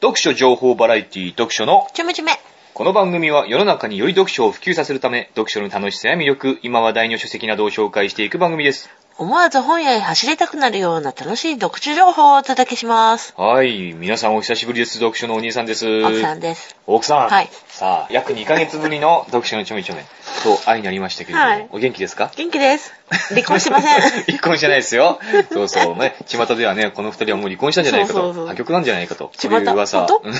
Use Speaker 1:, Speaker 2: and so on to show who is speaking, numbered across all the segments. Speaker 1: 読書情報バラエティ読書の
Speaker 2: ちょめちょめ。
Speaker 1: この番組は世の中により読書を普及させるため読書の楽しさや魅力今話題の書籍などを紹介していく番組です
Speaker 2: 思わず本屋へ走りたくなるような楽しい読書情報をお届けします。
Speaker 1: はい皆さんお久しぶりです読書のお兄さんです
Speaker 2: 奥さんです。
Speaker 1: 奥さん
Speaker 2: はい
Speaker 1: さあ約2ヶ月ぶりの読書のちょめちょめと会いになりましたけれども、
Speaker 2: はい
Speaker 1: お元気ですか
Speaker 2: 元気です。離婚して ません。
Speaker 1: 離婚してないですよ。そうそう。ね、巷ではね、この二人はもう離婚したんじゃないか
Speaker 2: そう
Speaker 1: と
Speaker 2: そうそ、う
Speaker 1: 破局なんじゃないかと、
Speaker 2: 巷
Speaker 1: そういう噂。
Speaker 2: 本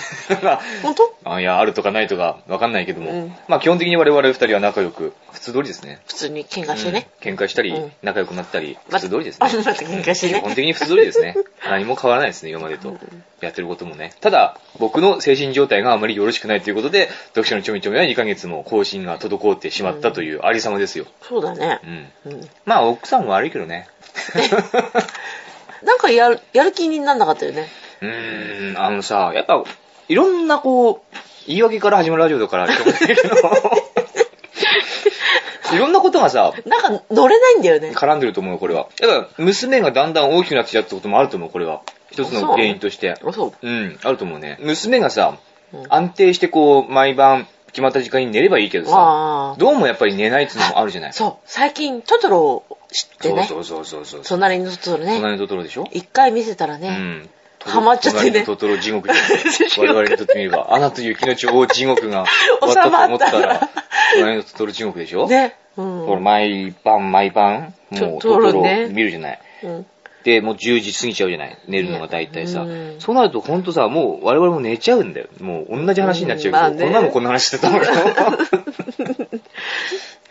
Speaker 2: 本当
Speaker 1: あいや、あるとかないとか、わかんないけども、
Speaker 2: うん
Speaker 1: まあ基本的に我々二人は仲良く、普通通りですね。
Speaker 2: 普通に喧嘩してね。
Speaker 1: うん喧嘩したり、
Speaker 2: うん
Speaker 1: 仲良くなったり、
Speaker 2: ま
Speaker 1: 普通通りです
Speaker 2: あ
Speaker 1: ね。
Speaker 2: んなと喧嘩して
Speaker 1: 基
Speaker 2: ね。
Speaker 1: 本的に普通通りですね。何も変わらないですね、今までと。やってることもね。ただ、僕の精神状態があまりよろしくないということで、読書のちょみちょみは2ヶ月も更新が滞ってしまったというありさまですよ。
Speaker 2: そうだね
Speaker 1: う。ん。
Speaker 2: うん。
Speaker 1: まあ、奥さんも悪いけど ね。
Speaker 2: なんかやる、やる気になんなかったよね。
Speaker 1: うーん、あのさ、やっぱ、いろんなこう、言い訳から始まるラジオだから、しょうが ないけどいろんなことがさ、
Speaker 2: なんか乗れないんだよね。
Speaker 1: 絡んでると思うよ、これは。だから、娘がだんだん大きくなってきたってこともあると思う、これは。一つの原因として。
Speaker 2: あ、そう。
Speaker 1: うん、あると思うね。娘がさ
Speaker 2: う、ん
Speaker 1: 安定してこう、毎晩、決まった時間に寝ればいいけどさ、
Speaker 2: あ
Speaker 1: どうもやっぱり寝ないっていうのもあるじゃない。
Speaker 2: そう。最近、トトロを知ってね。
Speaker 1: そうそうそうそう。そう
Speaker 2: 隣のトトロね。
Speaker 1: 隣のトトロでしょ
Speaker 2: 一回見せたら
Speaker 1: う
Speaker 2: ね。
Speaker 1: ん。
Speaker 2: ハマっちゃってね
Speaker 1: 隣のトトロ地獄じゃない
Speaker 2: 地
Speaker 1: 我
Speaker 2: 獄
Speaker 1: 々にとってみれば、アナと雪の女王地獄が終わったと思った
Speaker 2: 収まっ
Speaker 1: ら
Speaker 2: たら、
Speaker 1: 隣のトトロ地獄でしょ、
Speaker 2: ね。う
Speaker 1: ほら、
Speaker 2: ん。
Speaker 1: 毎晩毎晩、もうト
Speaker 2: トト
Speaker 1: ト
Speaker 2: ロ
Speaker 1: ロ
Speaker 2: ね
Speaker 1: 見るじゃない。
Speaker 2: うん
Speaker 1: で、もう10時過ぎちゃうじゃない寝るのが大体さ。
Speaker 2: うん
Speaker 1: そうなるとほんとさ、もう我々も寝ちゃうんだよ。もう同じ話になっちゃうけど、
Speaker 2: うんまあね
Speaker 1: こんなのこんな話してたのか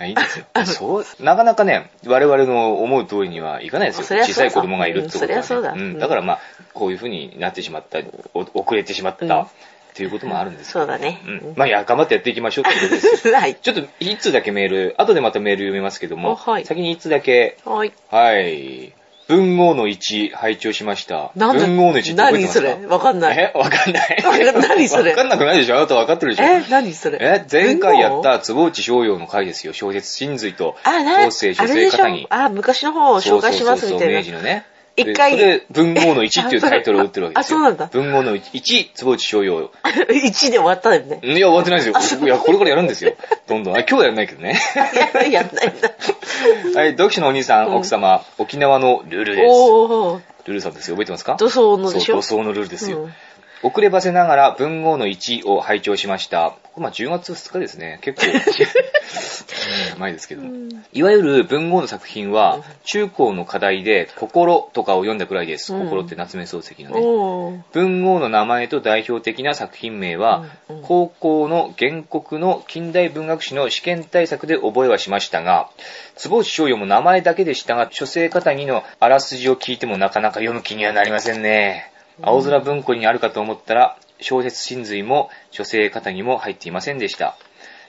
Speaker 1: いいんですよ。そう、なかなかね、我々の思う通りにはいかないですよ。
Speaker 2: そりゃそう
Speaker 1: 小
Speaker 2: だ
Speaker 1: さい子供がいるってことは、ね
Speaker 2: うんそりゃそうだうん
Speaker 1: だからまあ、こういう風になってしまった、お遅れてしまった、
Speaker 2: うん
Speaker 1: っていうこともあるんですよ。
Speaker 2: そうだね。
Speaker 1: うん。まあ、いや、頑張ってやっていきましょうってこと ですよ。
Speaker 2: うんはい。
Speaker 1: ちょっと、一通だけメール、後でまたメール読めますけども、
Speaker 2: あはい
Speaker 1: 先に一通だけ
Speaker 2: はい。
Speaker 1: はい。文豪の1、拝聴しました。
Speaker 2: なんで
Speaker 1: 文豪の1って覚えて
Speaker 2: 何
Speaker 1: ます
Speaker 2: そ
Speaker 1: か
Speaker 2: れわかんない。
Speaker 1: えわかんない。
Speaker 2: 何それ
Speaker 1: わかんなくないでしょあなたわかってるでしょ
Speaker 2: え、何それ
Speaker 1: え前回やっ
Speaker 2: 文豪
Speaker 1: た坪内逍遥の回ですよ。小説真髄と、
Speaker 2: あ、な、
Speaker 1: 後世
Speaker 2: あ
Speaker 1: 女
Speaker 2: れ
Speaker 1: 性
Speaker 2: でしょ
Speaker 1: 方に。
Speaker 2: あ、昔の方を紹介しますみた
Speaker 1: そうそうそうそう明
Speaker 2: い
Speaker 1: 治
Speaker 2: な。
Speaker 1: のね。
Speaker 2: 一
Speaker 1: で
Speaker 2: 回
Speaker 1: それで、文豪の1っていうタイ トルを打ってるわけですよ。
Speaker 2: あそうなんだ
Speaker 1: 文豪の1、坪内逍遙。
Speaker 2: 1で終わったよ ね。
Speaker 1: いや、終わってないですよ。いや、これからやるんですよ。どんどん。あ今日はやらないけど ね。
Speaker 2: やん ないんだ。
Speaker 1: はい、読書のお兄さん、奥様、沖縄のルルです。
Speaker 2: おー、
Speaker 1: ルルさんですよ。覚えてますか
Speaker 2: 土葬のでし
Speaker 1: そう、
Speaker 2: ょ
Speaker 1: 土葬のルールですよ。
Speaker 2: うん
Speaker 1: 遅ればせながら文豪の1を拝聴しました。これまあ10月2日ですね。結構、うん 前ですけども。いわゆる文豪の作品は、中高の課題で心とかを読んだくらいです。
Speaker 2: うん
Speaker 1: 心って夏目漱石のね。
Speaker 2: おー。
Speaker 1: 文豪の名前と代表的な作品名は、
Speaker 2: うんうん
Speaker 1: 高校の原告の近代文学史の試験対策で覚えはしましたが、坪内翔陽も名前だけでしたが、書生方にのあらすじを聞いてもなかなか読む気にはなりませんね。青空文庫にあるかと思ったら、小説真髄も書生方にも入っていませんでした。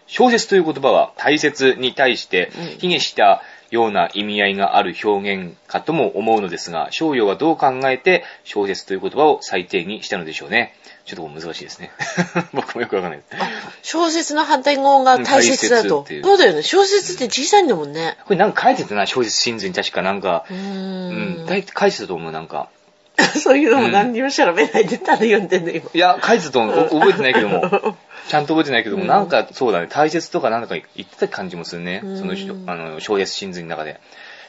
Speaker 1: 小説という言葉は大切に対して
Speaker 2: うん
Speaker 1: 卑下したような意味合いがある表現かとも思うのですが、商用はどう考えて小説という言葉を最低にしたのでしょうね。ちょっとこれ難しいですね。 僕もよくわかんないです。
Speaker 2: 小説の反対語が大切だ
Speaker 1: うん大切っ
Speaker 2: と。
Speaker 1: ていう
Speaker 2: そうだよね。小説って小さいんだもんね。
Speaker 1: これなんか書いてたな、小説真髄に確かなんか。
Speaker 2: う
Speaker 1: うん、
Speaker 2: ー
Speaker 1: 書
Speaker 2: ん。
Speaker 1: いて書いてたと思う、なんか。
Speaker 2: そういうのも何にも調べないでただ読んでんの、今。
Speaker 1: いや、書いてたと思う。お覚えてないけども。ちゃんと覚えてないけども、なんかそうだね、大切とかなんか言ってた感じもするね。
Speaker 2: うん
Speaker 1: その人、あの、小説真髄の中で。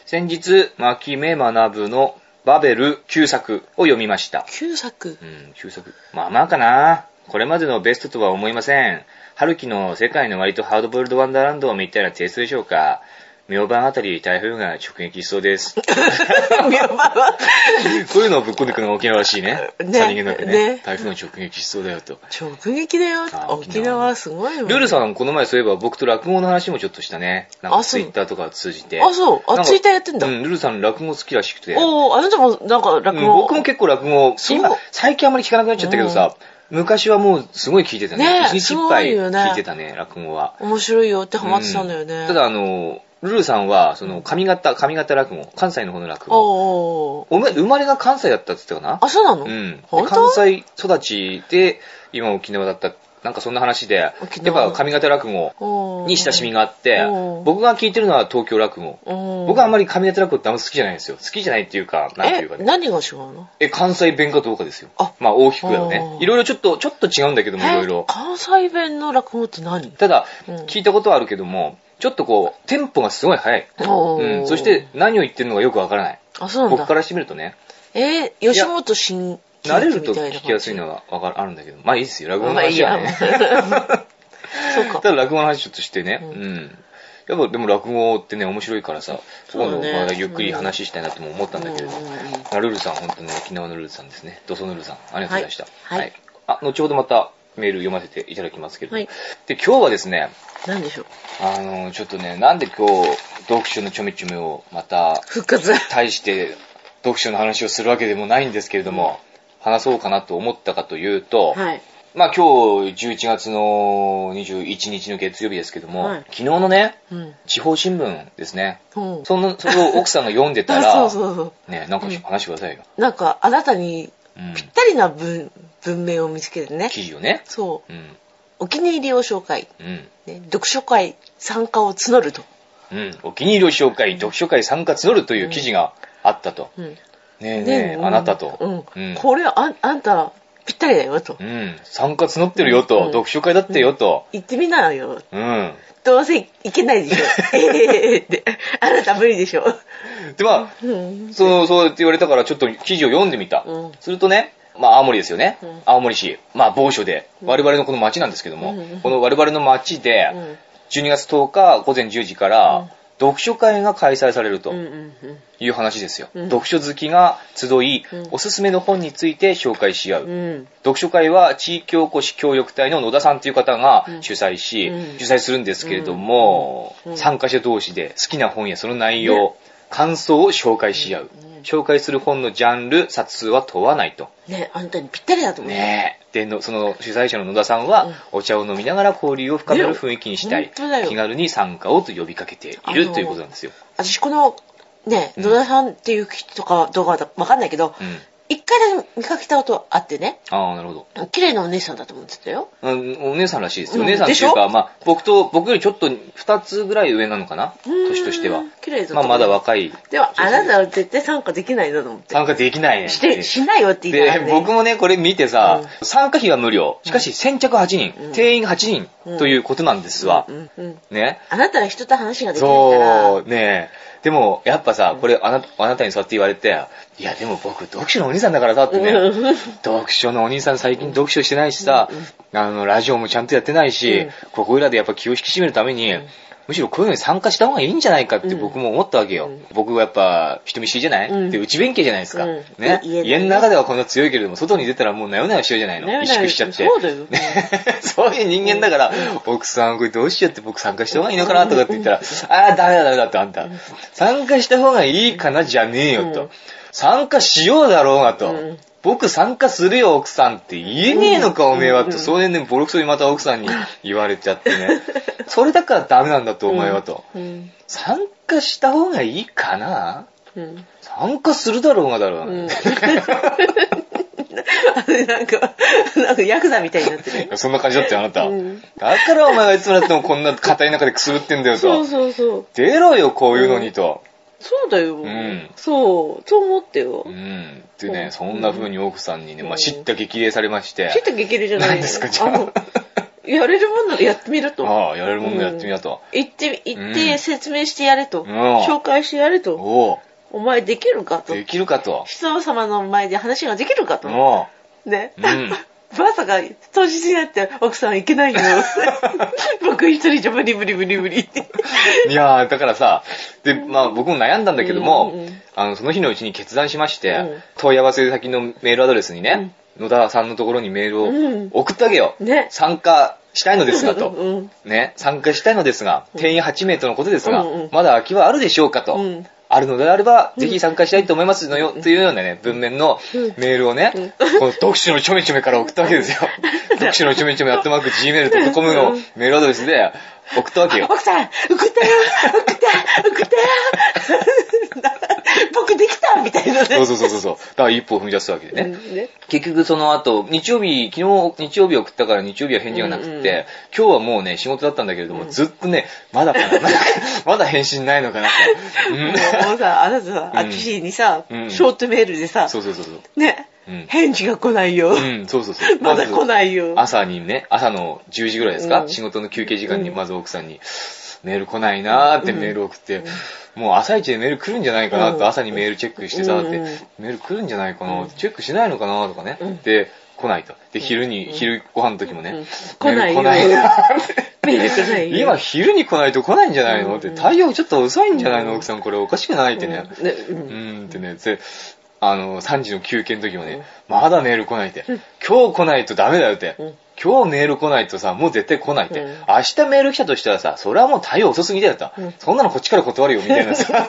Speaker 1: 先日、牧目学のバベル旧作を読みました。
Speaker 2: 旧作
Speaker 1: う。ん、旧作。まあまあかな。これまでのベストとは思いません。春樹の世界の割とハードボイルドワンダーランドみたいなテイストでしょうか。明晩あたり台風が直撃しそう です。
Speaker 2: ミャンマーは
Speaker 1: こういうのをぶっこんでくのが沖縄らしいね。
Speaker 2: ね
Speaker 1: さりげなくね
Speaker 2: ね
Speaker 1: 台風が直撃しそうだよと。
Speaker 2: 直撃だよ
Speaker 1: あ。沖縄
Speaker 2: 沖縄はすごいもん。
Speaker 1: ルルさん、この前そういえば僕と落語の話もちょっとしたね。なんか
Speaker 2: あ
Speaker 1: ツ
Speaker 2: そう
Speaker 1: イッターとか通じて。
Speaker 2: あ、そ
Speaker 1: な
Speaker 2: う。あ、
Speaker 1: んか
Speaker 2: ツイッターやってんだ
Speaker 1: う。ん、ルルさん落語好きらしくて。
Speaker 2: おー、あなたもなんか落
Speaker 1: うん
Speaker 2: 語。
Speaker 1: 僕も結構落語、
Speaker 2: そう
Speaker 1: 今、最近あんまり聞かなくなっちゃったけどさ、昔はもうすごい聞いてたね。
Speaker 2: ね
Speaker 1: 一、日いっぱい
Speaker 2: すごいよね
Speaker 1: 聞いてたね、落語は。
Speaker 2: 面白いよってハマってたんだよ
Speaker 1: う
Speaker 2: ね。
Speaker 1: んただ、あの、ルルさんは、その、上方、上方落語、関西の方の落語。
Speaker 2: おー。
Speaker 1: おめ生まれが関西だったって言ってたかな
Speaker 2: あ、そうなの
Speaker 1: うん。で
Speaker 2: 本当
Speaker 1: 関西育ちで、今沖縄だったなんかそんな話で、や
Speaker 2: 沖
Speaker 1: っ
Speaker 2: 縄
Speaker 1: ぱ上方落語に
Speaker 2: に
Speaker 1: 親しみがあって
Speaker 2: おー、
Speaker 1: 僕が聞いてるのは東京落語。僕
Speaker 2: 僕
Speaker 1: はあんまり上方落語ってあんま好きじゃないんですよ。好きじゃないっていうか、なんていうか
Speaker 2: え、
Speaker 1: ね。
Speaker 2: 何が違うの
Speaker 1: え、関西弁かどうかですよ
Speaker 2: あ。
Speaker 1: まあ大きくはね
Speaker 2: お。ー
Speaker 1: いろいろちょっと、ちょっと違うんだけども、いろいろ
Speaker 2: え。関西弁の落語って何
Speaker 1: ただ
Speaker 2: うん、
Speaker 1: 聞いたことはあるけども、ちょっとこう、テンポがすごい速い。
Speaker 2: おー
Speaker 1: うん、そして、何を言ってるのかよくわからない。
Speaker 2: あ、そうなん
Speaker 1: 僕
Speaker 2: だ。
Speaker 1: からしてみるとね、
Speaker 2: えー、吉本新喜
Speaker 1: 慣れる
Speaker 2: 劇
Speaker 1: と
Speaker 2: みたいな感じ
Speaker 1: 聞きやすいのはわかるあるんだけど、まあいいですよ、落語の
Speaker 2: まあい
Speaker 1: 話
Speaker 2: いや
Speaker 1: は。ね。
Speaker 2: そうか。
Speaker 1: ただ落語の話ちょっとしてね、
Speaker 2: う
Speaker 1: うんん。やっぱでも落語ってね、面白いからさ、
Speaker 2: そうだ
Speaker 1: 今
Speaker 2: ね
Speaker 1: 度またゆっくり話したいなとも思ったんだけど、
Speaker 2: うんうんうん
Speaker 1: あルルさん、本当に沖縄のルルさんですね。ドソヌルさん、ありがとうございました。
Speaker 2: はいはい
Speaker 1: あ、後ほどまたメール読ませていただきますけれども、
Speaker 2: はい
Speaker 1: で、今日はですね、
Speaker 2: 何でしょう。
Speaker 1: あの、ちょっとね、なんで今日、読書のちょめちょめをまた
Speaker 2: 復活。
Speaker 1: 対して読書の話をするわけでもないんですけれども、話そうかなと思ったかというと、
Speaker 2: はい。
Speaker 1: まあ今日11月の21日の月曜日ですけども、
Speaker 2: はい
Speaker 1: 昨日のね、
Speaker 2: うん。
Speaker 1: 地方新聞ですね。
Speaker 2: うん。
Speaker 1: その、それを奥さんが読んでたら、
Speaker 2: そうそうそ
Speaker 1: ね、なんか話してくださいよ。
Speaker 2: う。なんか、あなたに
Speaker 1: うん。
Speaker 2: ぴったりな文、文明を見つけてね。
Speaker 1: 記事をね。
Speaker 2: そ
Speaker 1: うん。
Speaker 2: う。お気に入りを紹介。
Speaker 1: うん。
Speaker 2: ね、読書会参加を募ると。
Speaker 1: うん。お気に入りを紹介、読書会参加募るという記事があったと。
Speaker 2: うん。
Speaker 1: ねえねえ、
Speaker 2: うん
Speaker 1: あなたと。
Speaker 2: うん。
Speaker 1: うん
Speaker 2: これあ、あんた、ぴったりだよと
Speaker 1: う。ん。参加募ってるよと、
Speaker 2: うん
Speaker 1: 読書会だってよと。
Speaker 2: 行ってみなよ。
Speaker 1: うん。
Speaker 2: どうせいけないで しょ。ええって。あなた無理でしょ。
Speaker 1: で、まあ、
Speaker 2: うん。
Speaker 1: そう、そうって言われたから、ちょっと記事を読んでみた。
Speaker 2: うん
Speaker 1: するとね、まあ、青森ですよね。
Speaker 2: うん
Speaker 1: 青森市。まあ、某所で。我々のこの町なんですけども、
Speaker 2: うん
Speaker 1: この我々の町で、
Speaker 2: うん
Speaker 1: 12月10日午前10時か
Speaker 2: うん
Speaker 1: ら、読書会が開催される
Speaker 2: う
Speaker 1: と
Speaker 2: んうん
Speaker 1: いう話ですよ。
Speaker 2: うん
Speaker 1: 読書好きが集い
Speaker 2: うん、
Speaker 1: おすすめの本について紹介し合う。
Speaker 2: うん。うん。
Speaker 1: 読書会は地域おこし協力隊の野田さんという方が
Speaker 2: うん
Speaker 1: 主催し、
Speaker 2: うん
Speaker 1: 主催するんですけれども、
Speaker 2: うんうん
Speaker 1: 参加者同士で好きな本やその内容、感想を紹介し合う、
Speaker 2: うん
Speaker 1: 紹介する本のジャンル、冊数は問わないと。
Speaker 2: ね、あんたにぴったりだと思う。
Speaker 1: ねえ。で、のその主催者の野田さんは、
Speaker 2: うん
Speaker 1: お茶を飲みながら交流を深める雰囲気にした
Speaker 2: ね
Speaker 1: い、
Speaker 2: 本当だよ
Speaker 1: 気軽に参加をと呼びかけてい
Speaker 2: あの
Speaker 1: る
Speaker 2: ー
Speaker 1: ということなんですよ。
Speaker 2: 私この、ね、
Speaker 1: うん
Speaker 2: 野田さんっていう人とかどうかわかんないけど
Speaker 1: う、ん。
Speaker 2: 一回だけ見かけたことあってね、
Speaker 1: ああ、なるほど。
Speaker 2: 綺麗なお姉さんだと思ってたよ。
Speaker 1: うん、お姉さんらしいですよ。
Speaker 2: う
Speaker 1: お
Speaker 2: ん
Speaker 1: 姉さんっていうか、
Speaker 2: でしょ
Speaker 1: まあ、僕と、僕よりちょっと2つぐらい上なのかな年としては
Speaker 2: うん。綺麗だと
Speaker 1: ま
Speaker 2: 思
Speaker 1: あ、
Speaker 2: う
Speaker 1: まだ若い。
Speaker 2: でも、あなたは絶対参加できないなと思って。
Speaker 1: 参加できないね。
Speaker 2: して、しないよって言いな
Speaker 1: で
Speaker 2: がら、ね
Speaker 1: 僕もね、これ見てさ
Speaker 2: う、
Speaker 1: 参加費は無料。しかし、先着8人、
Speaker 2: うん
Speaker 1: 定員8人ということなんですわ
Speaker 2: う。んうん
Speaker 1: ね。
Speaker 2: あなたは人と話ができないから。
Speaker 1: そう、ねえ。でも、やっぱさ、これあな、あなたにそうやって言われて、いや、でも僕、読書のお兄さんだからさってね
Speaker 2: うん、
Speaker 1: 読書のお兄さん最近読書してないしさ、あの、ラジオもちゃんとやってないし、
Speaker 2: うん
Speaker 1: ここいらでやっぱ気を引き締めるために、むしろこういうのに参加した方がいいんじゃないかって僕も思ったわけよ。
Speaker 2: うん
Speaker 1: 僕はやっぱ人見知りじゃない、
Speaker 2: うん
Speaker 1: で、内弁慶じゃないですか。
Speaker 2: うん
Speaker 1: ね
Speaker 2: い家
Speaker 1: 家
Speaker 2: で
Speaker 1: の中ではこんな強いけれども、外に出たらもうなよなよしようじゃないの。
Speaker 2: なよなよ
Speaker 1: 萎縮しちゃって。
Speaker 2: そうだよ
Speaker 1: そういう人間だから、奥さんこれどうしようって僕参加した方がいいのかなとかって言ったら、ああ、ダメだダメだってあんた。参加した方がいいかなじゃねえよと。
Speaker 2: うん
Speaker 1: 参加しようだろうがと。
Speaker 2: うん
Speaker 1: 僕参加するよ、奥さんって言えねえのか、おめえは、
Speaker 2: うん
Speaker 1: と。そういうね、ボロクソにまた奥 さんに言われちゃってね。それだからダメなんだと、お前はと。
Speaker 2: うん。
Speaker 1: 参加した方がいいかな
Speaker 2: うん。
Speaker 1: 参加するだろうがだろう
Speaker 2: う
Speaker 1: が、
Speaker 2: ん。あれなんか、なんかヤクザみたいになって る。
Speaker 1: そんな感じだったよ、あなた。
Speaker 2: うん
Speaker 1: だからお前はいつまでもこんな硬い中でくすぶってんだよ
Speaker 2: そう
Speaker 1: と。
Speaker 2: そうそう。
Speaker 1: 出ろよ、こういうのにと。
Speaker 2: そうだよ。
Speaker 1: ん
Speaker 2: そう。そう思ってよ
Speaker 1: う。ん。ってね、そ
Speaker 2: うん
Speaker 1: んな風に奥さんにね、まあ、
Speaker 2: うん
Speaker 1: 叱咤激励されまして。
Speaker 2: ちょっと激るじゃない
Speaker 1: 何ですかじゃあ
Speaker 2: のやれるもんならやってみる と。
Speaker 1: ああ、やれるもんやってみなと。
Speaker 2: 行って、行っ
Speaker 1: う
Speaker 2: て
Speaker 1: ん
Speaker 2: 説明してやれと。
Speaker 1: ん
Speaker 2: 紹介してやれと。
Speaker 1: おお
Speaker 2: お前できるかと。
Speaker 1: できるかと。
Speaker 2: 人様の前で話ができるかと。
Speaker 1: おう
Speaker 2: ね。
Speaker 1: うん
Speaker 2: まさか、当日になって奥さん行 けないよ。僕一人じゃ無理無理無理無理って。
Speaker 1: いやー、だからさ、で、まあ僕も悩んだんだけども、
Speaker 2: うんうん
Speaker 1: あの、その日のうちに決断しまして、
Speaker 2: うん
Speaker 1: 問い合わせ先のメールアドレスにね、野田さんのところにメール
Speaker 2: うん
Speaker 1: を送ったわけよ。
Speaker 2: ね
Speaker 1: 参加したいのですが と。
Speaker 2: うん
Speaker 1: ね、参加したいのですが、定員8名とのことですが、
Speaker 2: うんうん
Speaker 1: まだ空きはあるでしょうかと。
Speaker 2: うん
Speaker 1: あるのであれば、ぜひ参加したいと思いますのよ、というようなね、文面のメールをね、この読書のちょめちょめから送ったわけですよ。 読書のちょめちょめ、アットマーク、gmail.com のメールアドレスで送ったわけよ。
Speaker 2: 奥さん、送ったよ送った送ったよ 僕できたみたいなね。
Speaker 1: そうそうそうそうそう。だから一歩踏み出すわけでね。
Speaker 2: うんね
Speaker 1: 結局その後、日曜日、昨日日曜日送ったから日曜日は返事がなくって、
Speaker 2: うんうん
Speaker 1: 今日はもうね、仕事だったんだけれども、ずっとね、まだかな、なんかまだ返信ないのかなって。うん
Speaker 2: もうさ、あなたさ、
Speaker 1: うん
Speaker 2: あっちにさ、
Speaker 1: うん
Speaker 2: ショートメールでさ、
Speaker 1: そうそうそうそう。
Speaker 2: ね、
Speaker 1: うん
Speaker 2: 返事が来ないよ。
Speaker 1: うん、そうそうそう。
Speaker 2: まだ来ないよ
Speaker 1: まず朝にね、朝の10時ぐらいですか、
Speaker 2: うん
Speaker 1: 仕事の休憩時間にまず奥さんに、メール来ないなーってメール送って、もう朝一でメール来るんじゃないかなっ
Speaker 2: う
Speaker 1: て
Speaker 2: ん
Speaker 1: 朝にメールチェックしてさ、
Speaker 2: うん
Speaker 1: ってメール来るんじゃないかな、チェックしないのかなとかね、
Speaker 2: うん
Speaker 1: で、来ないと。で、昼に、昼ご飯の時もね、
Speaker 2: うん
Speaker 1: メール
Speaker 2: 来 ないよメール来ないよ。
Speaker 1: 今昼に来ないと来ないんじゃないのって、
Speaker 2: うん
Speaker 1: 対応ちょっと遅いんじゃないの奥さんこれおかしくないってね。
Speaker 2: うんねう
Speaker 1: うんんってね、で、あの、3時の休憩の時もね、まだメール来ないって、今日来ないとダメだよって、
Speaker 2: うん
Speaker 1: 今日メール来ないとさ、もう絶対来ないって、
Speaker 2: うん
Speaker 1: 明日メール来たとしたらさ、それはもう対応遅すぎだよと、
Speaker 2: うん
Speaker 1: そんなのこっちから断るよみたいな さ、